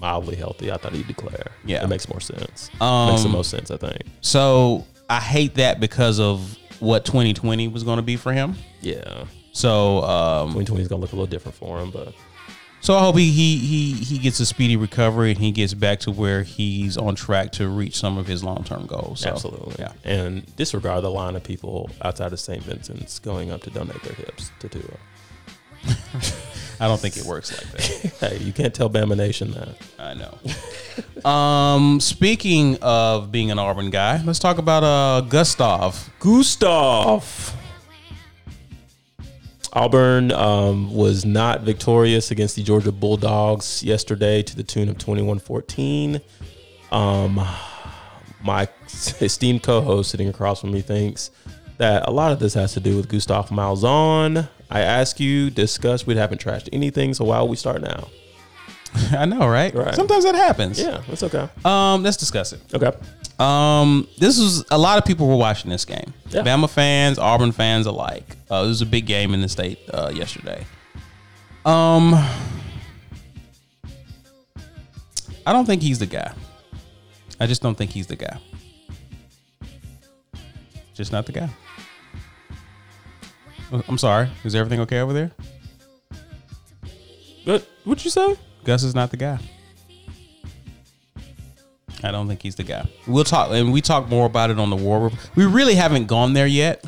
mildly healthy, I thought he'd declare.
Yeah.
It makes more sense.
Um,
makes the most sense, I think.
So I hate that because of what 2020 was gonna be for him.
Yeah.
So um,
2020 is going to look a little different for him, but
So I hope he, he he he gets a speedy recovery and he gets back to where he's on track to reach some of his long term goals. So,
absolutely.
yeah.
And disregard the line of people outside of St. Vincent's going up to donate their hips to Tua.
I don't think it works like that.
Hey, you can't tell Bama Nation that.
I know. Um, speaking of being an Auburn guy, let's talk about uh Gustav.
Gustav. Auburn um, was not victorious against the Georgia Bulldogs yesterday to the tune of 21 14. Um, my esteemed co host sitting across from me thinks that a lot of this has to do with Gustav Malzahn. I ask you, discuss. We haven't trashed anything, so why would we start now?
I know, right?
Right.
Sometimes that happens.
Yeah, that's okay.
Um, let's discuss it.
Okay.
Um, this was a lot of people were watching this game.
Yeah.
Bama fans, Auburn fans alike. Uh, it was a big game in the state uh, yesterday. Um, I don't think he's the guy. I just don't think he's the guy. Just not the guy. Oh, I'm sorry. Is everything okay over there?
What would you say?
Gus is not the guy. I don't think he's the guy. We'll talk, and we talk more about it on the war. Room. We really haven't gone there yet,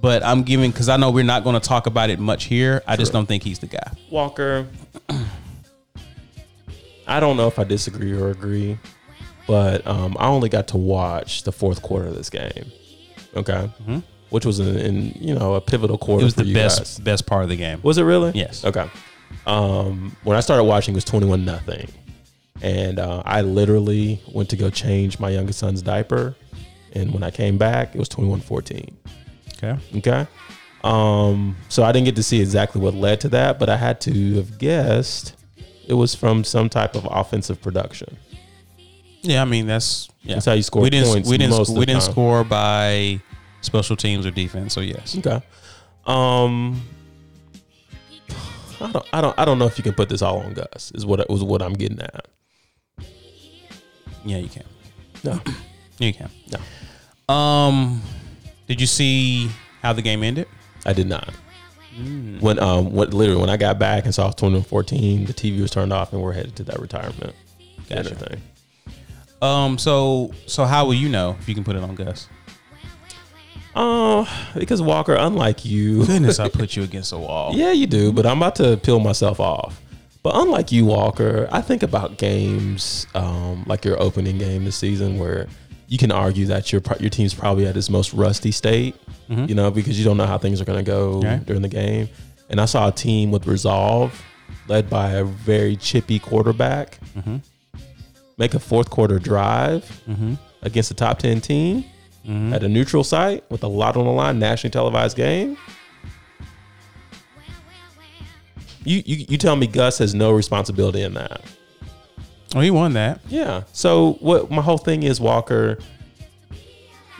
but I'm giving because I know we're not going to talk about it much here. I just
True.
don't think he's the guy.
Walker. I don't know if I disagree or agree, but um, I only got to watch the fourth quarter of this game. Okay, which was in, in you know a pivotal
Mm-hmm. It
quarter.
was
for
the
you
best
guys.
best part of the game.
Was it really?
Yes.
Okay. Um, when I started watching, it was twenty-one nothing, and uh, I literally went to go change my youngest son's diaper, and when I came back, it was 21-14.
Okay,
Okay. Um, so I didn't get to see exactly what led to that, but I had to have guessed it was from some type of offensive production.
yeah, I mean that's yeah.
That's how you score
We didn't
points
we didn't
most of
we
the
didn't
time.
score by special teams or defense. So yes,
Okay. Um I don't I don't I don't know if you can put this all on Gus, is what was what I'm getting at.
yeah, you can,
No.
you can.
No.
Um, did you see how the game ended?
I did not. When um what literally when I got back and saw 2014, the TV was turned off and we're headed to that retirement. dinner
Gotcha.
thing.
Um, so so how will you know if you can put it on Gus?
Oh, because Walker, unlike you,
Goodness, I put you against a wall.
Yeah, you do, but I'm about to peel myself off. But unlike you, Walker, I think about games um, like your opening game this season, where you can argue that your pro- your team's probably at its most rusty state, you know, because you don't know how things are going to go
Right.
during the game. And I saw a team with resolve, led by a very chippy quarterback, make a fourth quarter drive against a top ten team at a neutral site with a lot on the line, nationally televised game. You, you you tell me Gus has no responsibility in that.
Oh, he won that.
Yeah. So what my whole thing is Walker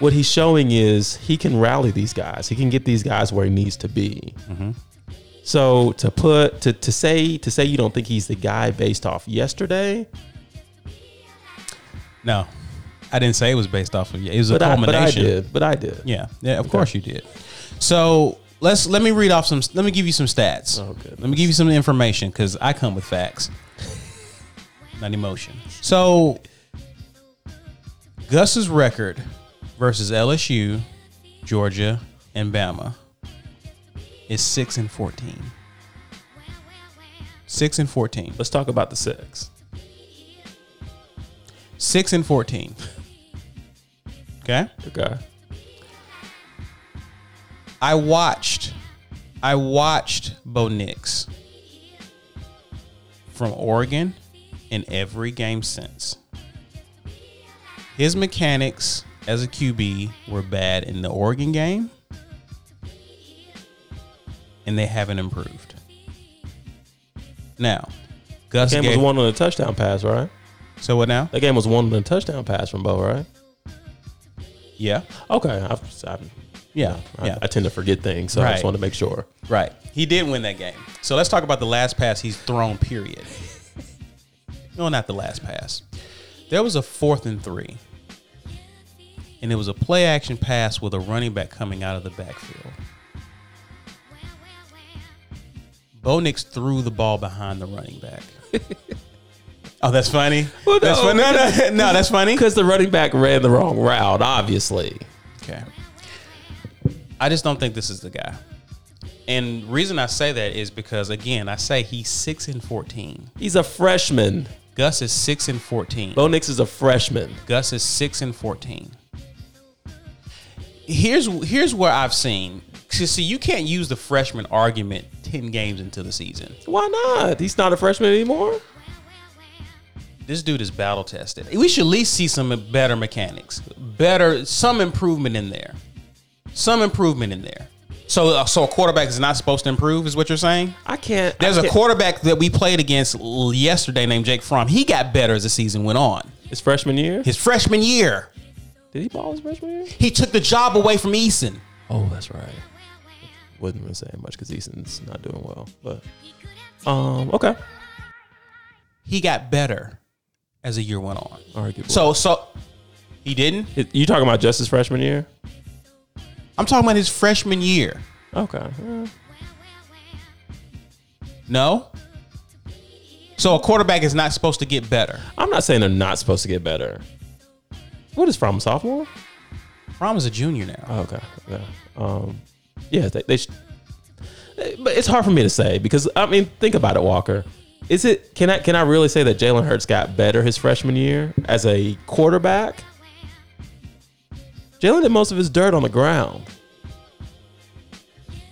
what he's showing is he can rally these guys. He can get these guys where he needs to be. So to put to to say to say you don't think he's the guy based off yesterday,
No, I didn't say it was based off of you. It was a
but I, but I
culmination.
did, but I did.
Yeah, yeah. Of course you did. So let's let me read off some. Let me give you some stats.
Oh, goodness.
Let me give you some information because I come with facts, not emotion. So Gus's record versus LSU, Georgia, and Bama is six and fourteen. Six and fourteen.
Let's talk about the six.
Six and fourteen. Okay.
Okay.
I watched, I watched Bo Nix from Oregon in every game since. His mechanics as a QB were bad in the Oregon game, and they haven't improved. Now, Gus
Game was
gave,
one on a touchdown pass, right?
So what now?
That game was one on a touchdown pass from Bo, right?
Yeah,
Okay. I've, I've,
yeah,
I,
yeah.
I tend to forget things, so I just
Right.
want to make sure.
Right. He did win that game. So let's talk about the last pass he's thrown, period. no, not the last pass. There was a fourth and three. And it was a play action pass with a running back coming out of the backfield. Bo Nix threw the ball behind the running back. oh, that's funny.
Well,
that's
no,
funny. No, no, no, that's funny.
Because the running back ran the wrong route, obviously.
Okay. I just don't think this is the guy. And reason I say that is because again, I say he's six and fourteen.
He's a freshman.
Gus is six and fourteen.
Bo Nix is a freshman.
Gus is six and fourteen. Here's here's where I've seen. See, you can't use the freshman argument ten games into the season.
Why not? He's not a freshman anymore.
This dude is battle tested. We should at least see some better mechanics, better some improvement in there, some improvement in there. So, uh, so a quarterback is not supposed to improve, is what you're saying?
I can't.
There's
I
a
can't-
quarterback that we played against l- yesterday named Jake Fromm. He got better as the season went on.
His freshman year?
His freshman year,
Did he ball his freshman year?
he took the job away from Eason.
Oh, that's right. Wasn't really saying much because Easton's not doing well. But um, okay.
He got better as the year went on.
Arguable.
So, so he didn't.
It- you talking about just his freshman year?
I'm talking about his freshman year.
Okay. Yeah.
No. So a quarterback is not supposed to get better.
I'm not saying they're not supposed to get better. What is from sophomore?
Fromm is a junior now.
Oh, okay. Yeah. Um, yeah. They. they sh- eh, but it's hard for me to say because I mean, think about it, Walker. Is it can I can I really say that Jalen Hurts got better his freshman year as a quarterback? Jalen did most of his dirt on the ground.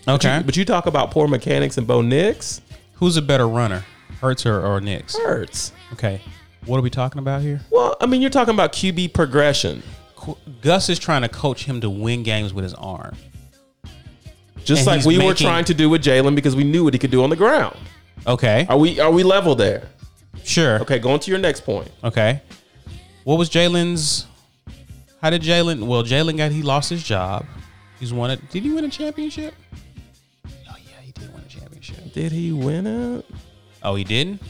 Okay.
But you talk about poor mechanics and Bo Nix,
Who's a better runner, Hurts or, or Nix?
hurts.
Okay. What are we talking about here?
Well, I mean, you're talking about QB progression,
Qu- Gus is trying to coach him to win games with his arm.
just
And
like
he's
we were
making-
trying to do with Jalen because we knew what he could do on the ground.
Okay.
Are we are we level there?
Sure.
Okay, going to your next point.
Okay. What was Jalen's? How did Jalen? Well, Jalen got he lost his job. He's won it. Did he win a championship? Oh yeah, he did win a championship.
Did he win it?
Oh, he didn't.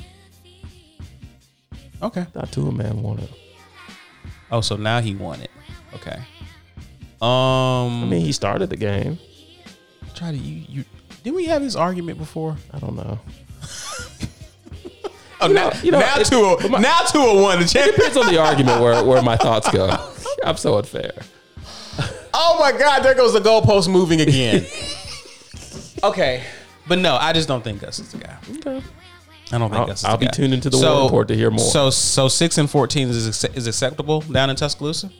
Okay.
Not to a man won it.
Oh, so now he won it. Okay.
I
Um,
mean, he started the game.
try to you you. Did we have this argument before?
I don't know.
Oh,
You know- you know, it-
a now two a one the champion.
Depends on the argument where, where my thoughts go. I'm so unfair.
Oh my God, there goes the goalpost moving again. okay, but no, I just don't think Gus is the guy.
Okay.
I don't think
I'll-
that's.
I'll be tuned into the War Report to hear more.
So, so six and fourteen is acce- is acceptable down in Tuscaloosa.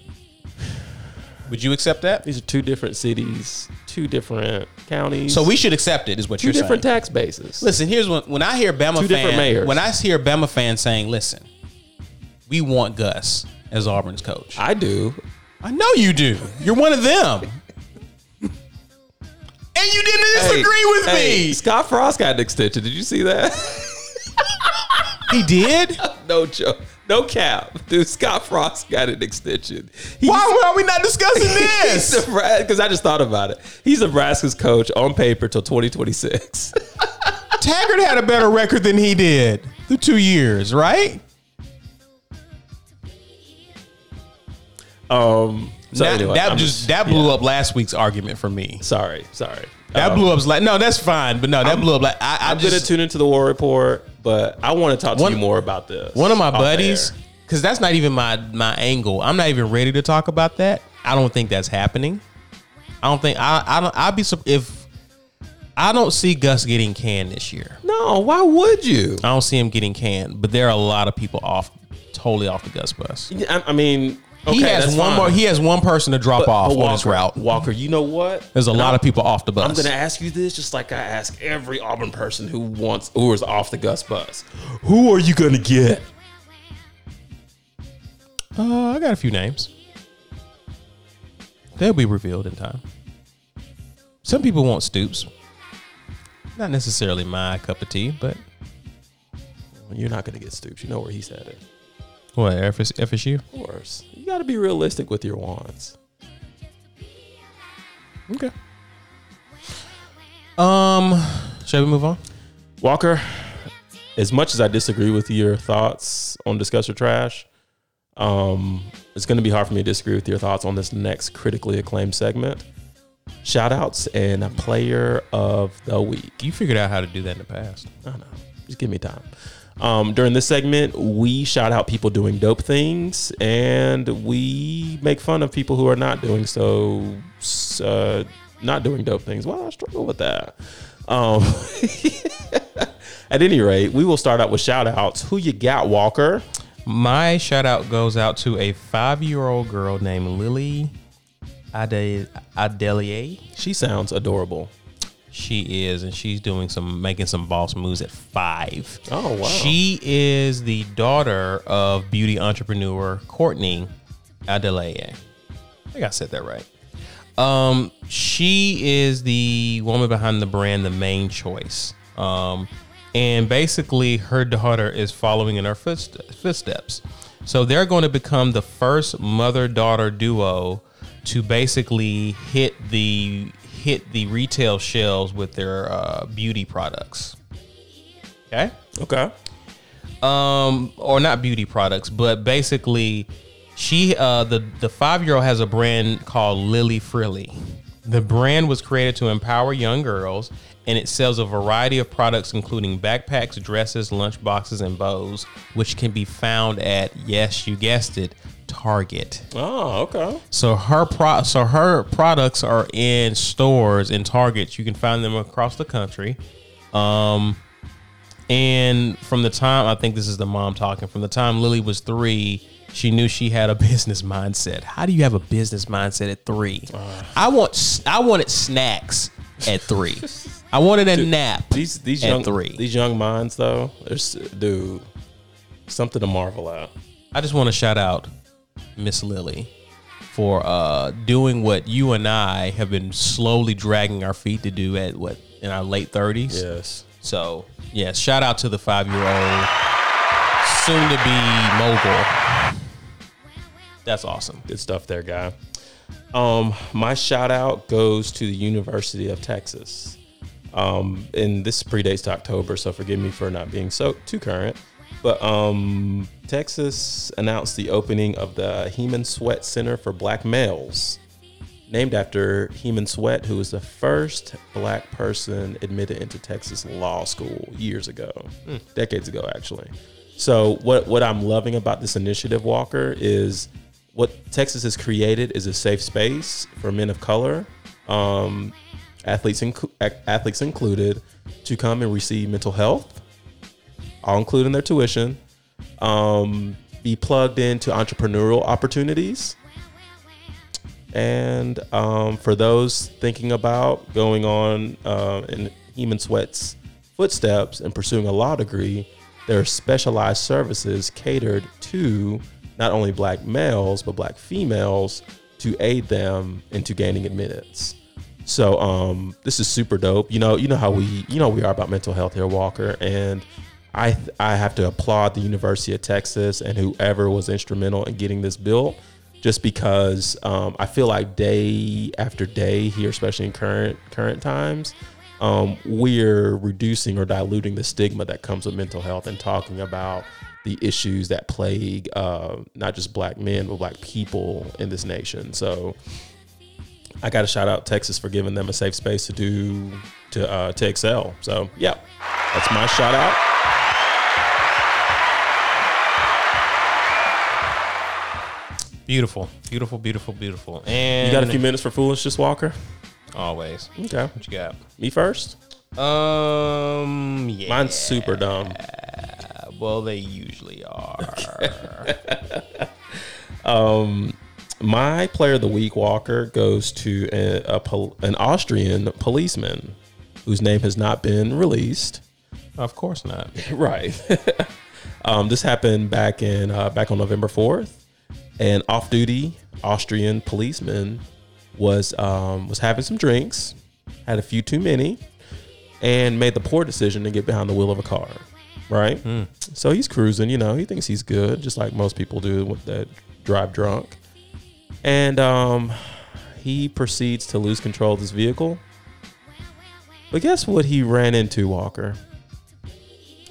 Would you accept that?
These are two different cities, two different counties.
So we should accept it, is what
2
you're
different
saying.
tax bases.
listen, here's when when I hear Bama
Two different
fan,
mayors.
when I hear Bama fan saying, "Listen, we want Gus as Auburn's coach." I,
I do.
know you do. You're one of them. And you didn't disagree with
hey,
me.
Scott Frost got an extension. Did you see that?
He did.
no joke. No cap. Dude, Scott Frost got an extension. He's,
Why are we not discussing this?
Because I just thought about it. He's Nebraska's coach on paper till 2026.
Taggart had a better record than he did through two years, right?
Um, so
that
anyway,
that
I'm
just that blew up last week's argument for me.
Sorry, sorry.
That
Um,
blew up like no, that's fine, but no, that blew up like I, I
I'm gonna
just
tune into the war report, but I want to talk to
One-
you more about this.
one of my
off
buddies
air.
because that's not even my my angle. I'm not even ready to talk about that. I don't think that's happening. I don't think I I don't I'd be sup- if I don't see Gus getting canned this year.
No, why would you?
I don't see him getting canned, but there are a lot of people off totally off the Gus bus.
I, I mean, okay,
he has
that's
one
fine.
more. He has one person to drop
But- but
off on
Walker,
his route.
Walker, you know what?
There's a
And
lot
I'm-
of people off the bus.
I'm gonna ask you this, just like I ask every Auburn person who wants who is off the Gus bus. Who are you gonna get?
Uh, I got a few names. They'll be revealed in time. Some people want Stoops. Not necessarily my cup of tea, but
You're not gonna get Stoops. You know where he's headed.
what FS- FSU?
Of course, you got to be realistic with your wants.
Okay. Um, shall we move on?
Walker, as much as I disagree with your thoughts on discuss or trash, um, it's going to be hard for me to disagree with your thoughts on this next critically acclaimed segment. Shout outs and a player of the week.
You figured out how to do that in the past.
I know. Just give me time. Um, during this segment, we shout out people doing dope things and we make fun of people who are not doing so, uh, not doing dope things. Well, I struggle with that. Um, at any rate, we will start out with shout outs. Who you got, Walker?
My shout out goes out to a five year old girl named Lily Ade- Adelier.
She sounds adorable.
She is, and she's doing some making some boss moves at five.
Oh, wow.
She is the daughter of beauty entrepreneur Courtney Adelaide. I think I said that right. Um, she is the woman behind the brand, the main choice. Um, and basically, her daughter is following in her footst- footsteps. So they're going to become the first mother-daughter duo to basically hit the hit the retail shelves with their uh, beauty products. Okay
Okay.
um or not beauty products but basically she uh the the five year old has a brand called lily frilly the brand was created to empower young girls and it sells a variety of products including backpacks dresses lunch boxes and bows which can be found at yes you guessed it target
Oh, okay.
so her pro so her products are in stores and Targets. You can find them across the country. Um and from the time I think this is the mom talking, from the time Lily was 3, she knew she had a business mindset. How do you have a business mindset at 3? I want s- I wanted snacks at 3. I wanted a nap.
These these
at
young
3.
these young minds though, there's dude, something to marvel at.
I just want to shout out Miss Lily for uh, doing what you and I have been slowly dragging our feet to do at what in our late thirties.
Yes.
So yeah, shout out to the five year old, soon to be mogul. That's awesome.
Good stuff there, guy. Um, my shout out goes to the University of Texas. Um, and this predates October, so forgive me for not being so too current. But um, Texas announced the opening of the Heman Sweat Center for Black Males, named after Heman Sweat, who was the first black person admitted into Texas law school years ago, decades ago, actually. So, what, what I'm loving about this initiative, Walker, is what Texas has created is a safe space for men of color, um, athletes, inc- athletes included, to come and receive mental health, all including their tuition, um, be plugged into entrepreneurial opportunities. And um, for those thinking about going on uh, in Heman Sweat's footsteps and pursuing a law degree, there are specialized services catered to not only black males, but black females to aid them into gaining admittance. So um, this is super dope. You know, you know how we, you know, we are about mental health here, Walker, and I, I have to applaud the University of Texas and whoever was instrumental in getting this built, just because um, I feel like day after day here, especially in current current times, um, we're reducing or diluting the stigma that comes with mental health and talking about the issues that plague uh, not just black men but black people in this nation. So I got to shout out Texas for giving them a safe space to do to uh, to excel. So yeah, that's my shout out.
Beautiful, beautiful, beautiful, beautiful.
You
And
got a few minutes for foolishness, Walker?
always.
Okay,
What you got?
me first.
Um, yeah.
Mine's super dumb.
Well, they usually are.
My player of the week, Walker, goes to a, a pol- an Austrian policeman whose name has not been released.
Of course not.
Right. um, this happened back in uh, back on November fourth. An off-duty Austrian policeman was um, was having some drinks, had a few too many, and made the poor decision to get behind the wheel of a car. Right. So he's cruising. You know, he thinks he's good, just like most people do with that drive drunk. And um, he proceeds to lose control of this vehicle. But guess what he ran into, Walker?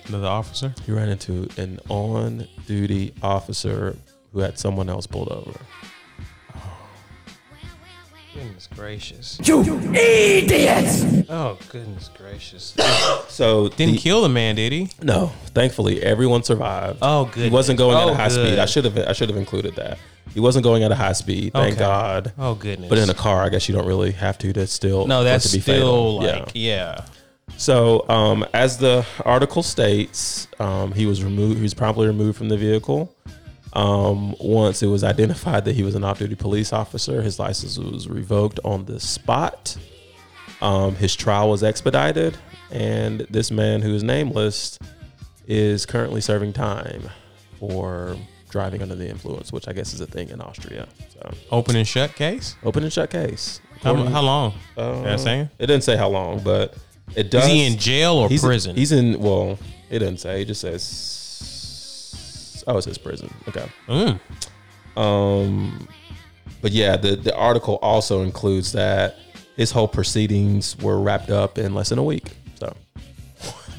Another officer.
He ran into an on duty officer who had someone else pulled over.
Goodness gracious.
You idiots!
Oh, goodness gracious.
So
Didn't
the-
kill the man, did he?
No, thankfully everyone survived.
Oh, good.
He wasn't going at
Oh,
a high speed.
good.
I should have I should have included that. He wasn't going at a high speed. Thank
Okay.
God.
Oh goodness.
But in a car, I guess you don't really have to to still for
no,
it
that's
to be
still
fatal. Yeah.
like yeah.
So, um, as the article states, um, he was removed. He was promptly removed from the vehicle. Um, once it was identified that he was an off-duty police officer, his license was revoked on the spot. Um, his trial was expedited, and this man, who is nameless, is currently serving time for driving under the influence, which I guess is a thing in Austria. So,
Open and shut case.
open and shut case.
How, how long?
Um,
That's saying.
It didn't say how long, but it
Is
does.
he in jail or
He's
prison?
He's in. Well, it doesn't say. It just says. Oh, it says prison. Okay.
Mm.
Um, but yeah, the the article also includes that his whole proceedings were wrapped up in less than a week. So,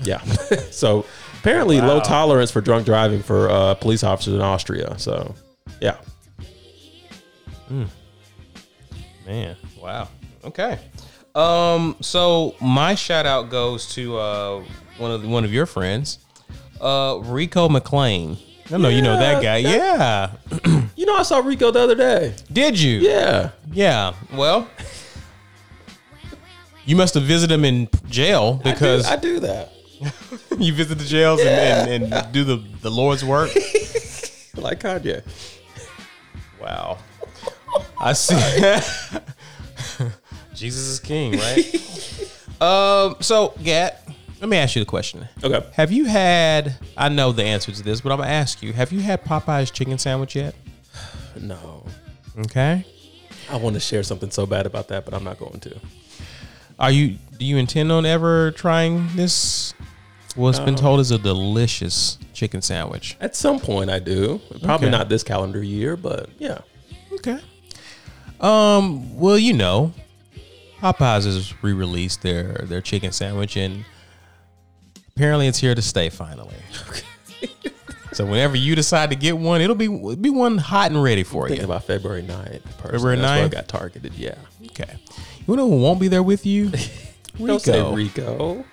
yeah. so apparently, low tolerance for drunk driving for uh, police officers in Austria. So, yeah.
Man.
Wow. Okay. Um. So my shout out goes to uh
One of one of your friends.
uh
Rico McLean. I know you know that guy. yeah.
You know, I saw Rico the other day.
Did you?
Yeah.
Yeah.
well
You must have visited him in jail because
I do, I do that.
you visit the jails and, and, and do the, the Lord's work.
Like Kanye.
Wow. I see. Jesus is king, right? um, so, Gat, let me ask you the question.
Okay.
Have you had, I know the answer to this, but I'm going to ask you, have you had Popeye's chicken sandwich yet?
No.
Okay.
I want to share something so bad about that, but I'm not going to.
Are you, do you intend on ever trying this? Well, it's been told is a delicious chicken sandwich.
At some point, I do. Probably
Okay.
not this calendar year, but yeah.
Okay. Um. Well, you know, Popeyes has re-released their their chicken sandwich, and apparently it's here to stay. Finally. so whenever you decide to get one, it'll be it'll be one hot and ready for
Thinking
you.
about February 9th. Personally.
February
That's where I
9th?
got targeted. Yeah.
Okay. You know who won't be there with you?
Don't say
Rico.
Rico.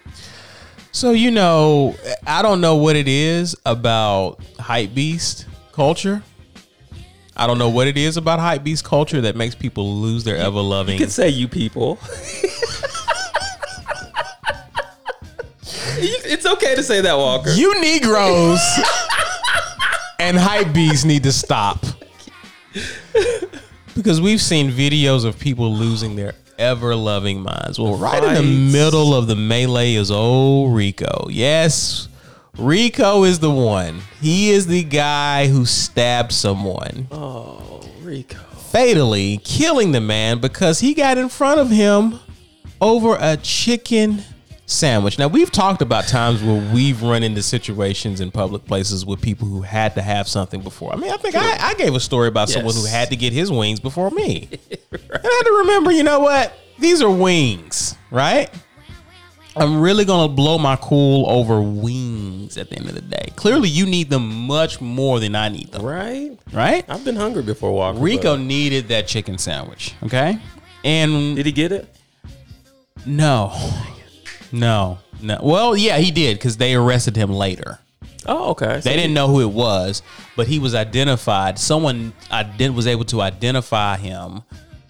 So you know, I don't know what it is about hype beast culture. I don't know what it is about hype beast culture that makes people lose their ever loving.
You can say you people. You- it's okay to say that, Walker.
You Negroes and hype bees need to stop. Because we've seen videos of people losing their ever loving minds. Well, right in
Right.
the middle of the melee is old Rico. Yes, Rico is the one. He is the guy who stabbed someone
oh, Rico.
fatally, killing the man because he got in front of him over a chicken sandwich. Now, we've talked about times where we've run into situations in public places with people who had to have something before. I mean, I think I, I gave a story about someone who
Yes.
had to get his wings before me. And I had to remember, you know what? These are wings, right? I'm really gonna blow my cool over wings at the end of the day. Clearly, you need them much more than I need them,
Right?
right?
I've been hungry before, Walker.
Rico
but-
needed that chicken sandwich, okay? And
Did he get it?
no, no, no. Well, yeah, he did because they arrested him later.
Oh, okay. So
They
he-
didn't know who it was, but he was identified. Someone
Uh-huh.
ident- was able to identify him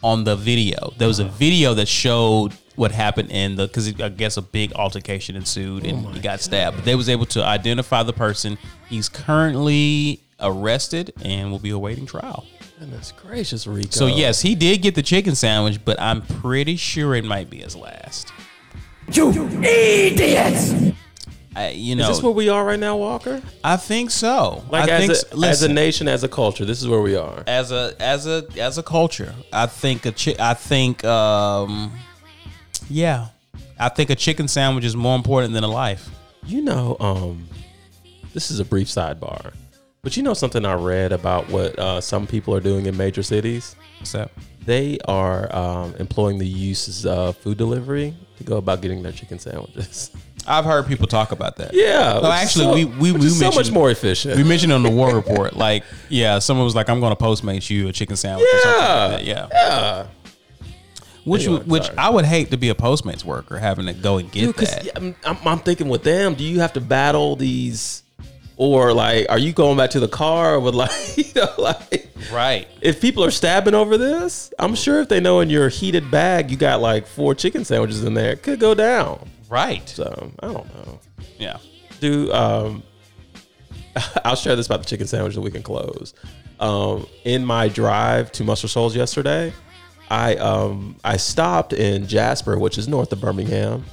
on the video. There was a video that showed what happened in the because I guess a big altercation ensued and
Oh
he got stabbed. But they was able to identify the person. He's currently arrested and will be awaiting trial.
Goodness gracious, Rico.
So yes, he did get the chicken sandwich, but I'm pretty sure it might be his last.
You idiots!
I, you know,
Is this where we are right now, Walker?
I think so.
Like
I
as,
think
a,
s-
as a
listen,
nation, as a culture, this is where we are.
as a as a as a culture, I think a chi- I think um yeah, I think a chicken sandwich is more important than a life.
You know, um, this is a brief sidebar, but you know something I read about what uh, some people are doing in major cities?
What's that?
They are um, employing the uses of food delivery to go about getting their chicken sandwiches.
I've heard people talk about that.
yeah.
No,
which is
Oh, actually,
so-
we we
which
we
is so much
mentioned-
more
We
efficient.
mentioned on the war report, like yeah, someone was like, "I'm going to postmate you a chicken sandwich." or something like that. yeah,
Yeah.
Which
Anyway,
would- which
sorry.
I would hate to be a postmates worker having to go and get
Dude, 'cause,
that.
yeah, I'm, I'm, I'm thinking with them, do you have to battle these, or like, are you going back to the car with like, you know, like,
Right.
if people are stabbing over this, I'm sure if they know in your heated bag you got like four chicken sandwiches in there, it could go down.
Right.
So I don't know.
Yeah.
Do um, I'll share this about the chicken sandwich that we can close. Um, in my drive to Mustard Souls yesterday, I um I stopped in Jasper, which is north of Birmingham,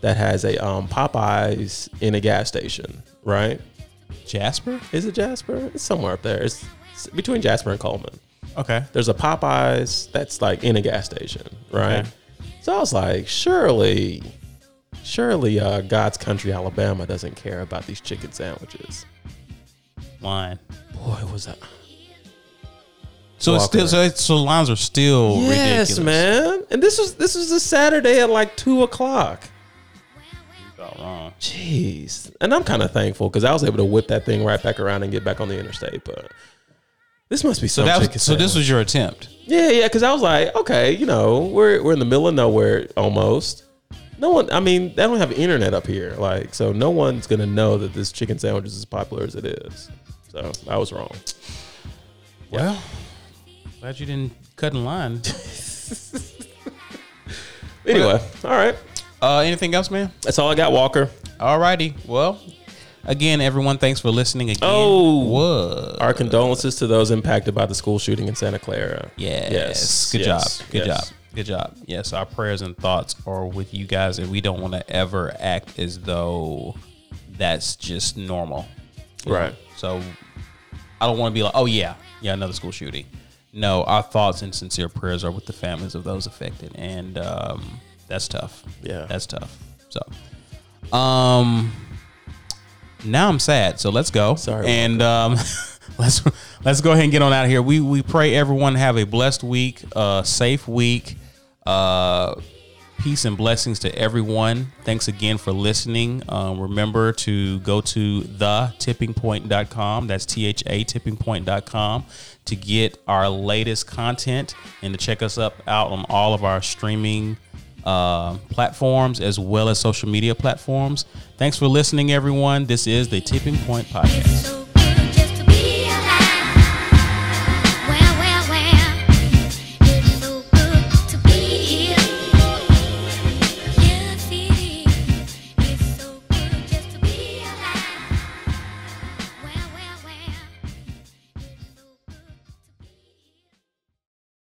that has a um Popeyes in a gas station, right?
Jasper.
Is it Jasper? It's somewhere up there. It's, it's between Jasper and Coleman
Okay.
there's a Popeyes that's like in a gas station, right?
Okay.
So I was like, surely, surely uh, God's country, Alabama doesn't care about these chicken sandwiches.
Line.
Boy, was that
So it's still
Walker.
so, it's, so lines are still
yes,
ridiculous.
man. And this was this was a Saturday at like two o'clock.
Got wrong.
Jeez. And I'm kind of thankful because I was able to whip that thing right back around and get back on the interstate. But this must be
So
some
that
chicken
was, so this
sandwich.
was your attempt.
Yeah, yeah, because I was like, okay, you know, we're we're in the middle of nowhere almost. No one, I mean, they don't have internet up here, like, so no one's gonna know that this chicken sandwich is as popular as it is. So I was wrong.
Well, glad you didn't cut in line.
Anyway, all right,
Uh, anything else, man?
that's all I got, Walker.
Alrighty. Well, again, everyone, thanks for listening. Again.
Oh.
what?
Our condolences to those impacted by the school shooting in Santa Clara.
Yes. Good
yes,
job. Good
yes.
job. Good job. Yes, our prayers and thoughts are with you guys, and we don't want to ever act as though that's just normal.
Right.
So I don't want to be like, oh yeah, yeah, another school shooting. No, our thoughts and sincere prayers are with the families of those affected, and um, that's tough.
Yeah.
that's tough. So, um, now I'm sad. So let's go.
Sorry,
and um, let's let's go ahead and get on out of here. We we pray everyone have a blessed week, uh, safe week. Uh, peace and blessings to everyone. Thanks again for listening. Um, remember to go to thetippingpoint.com. That's T H A tippingpoint.com to get our latest content and to check us up out on all of our streaming uh, platforms as well as social media platforms. Thanks for listening, everyone. This is the Tipping Point Podcast.
So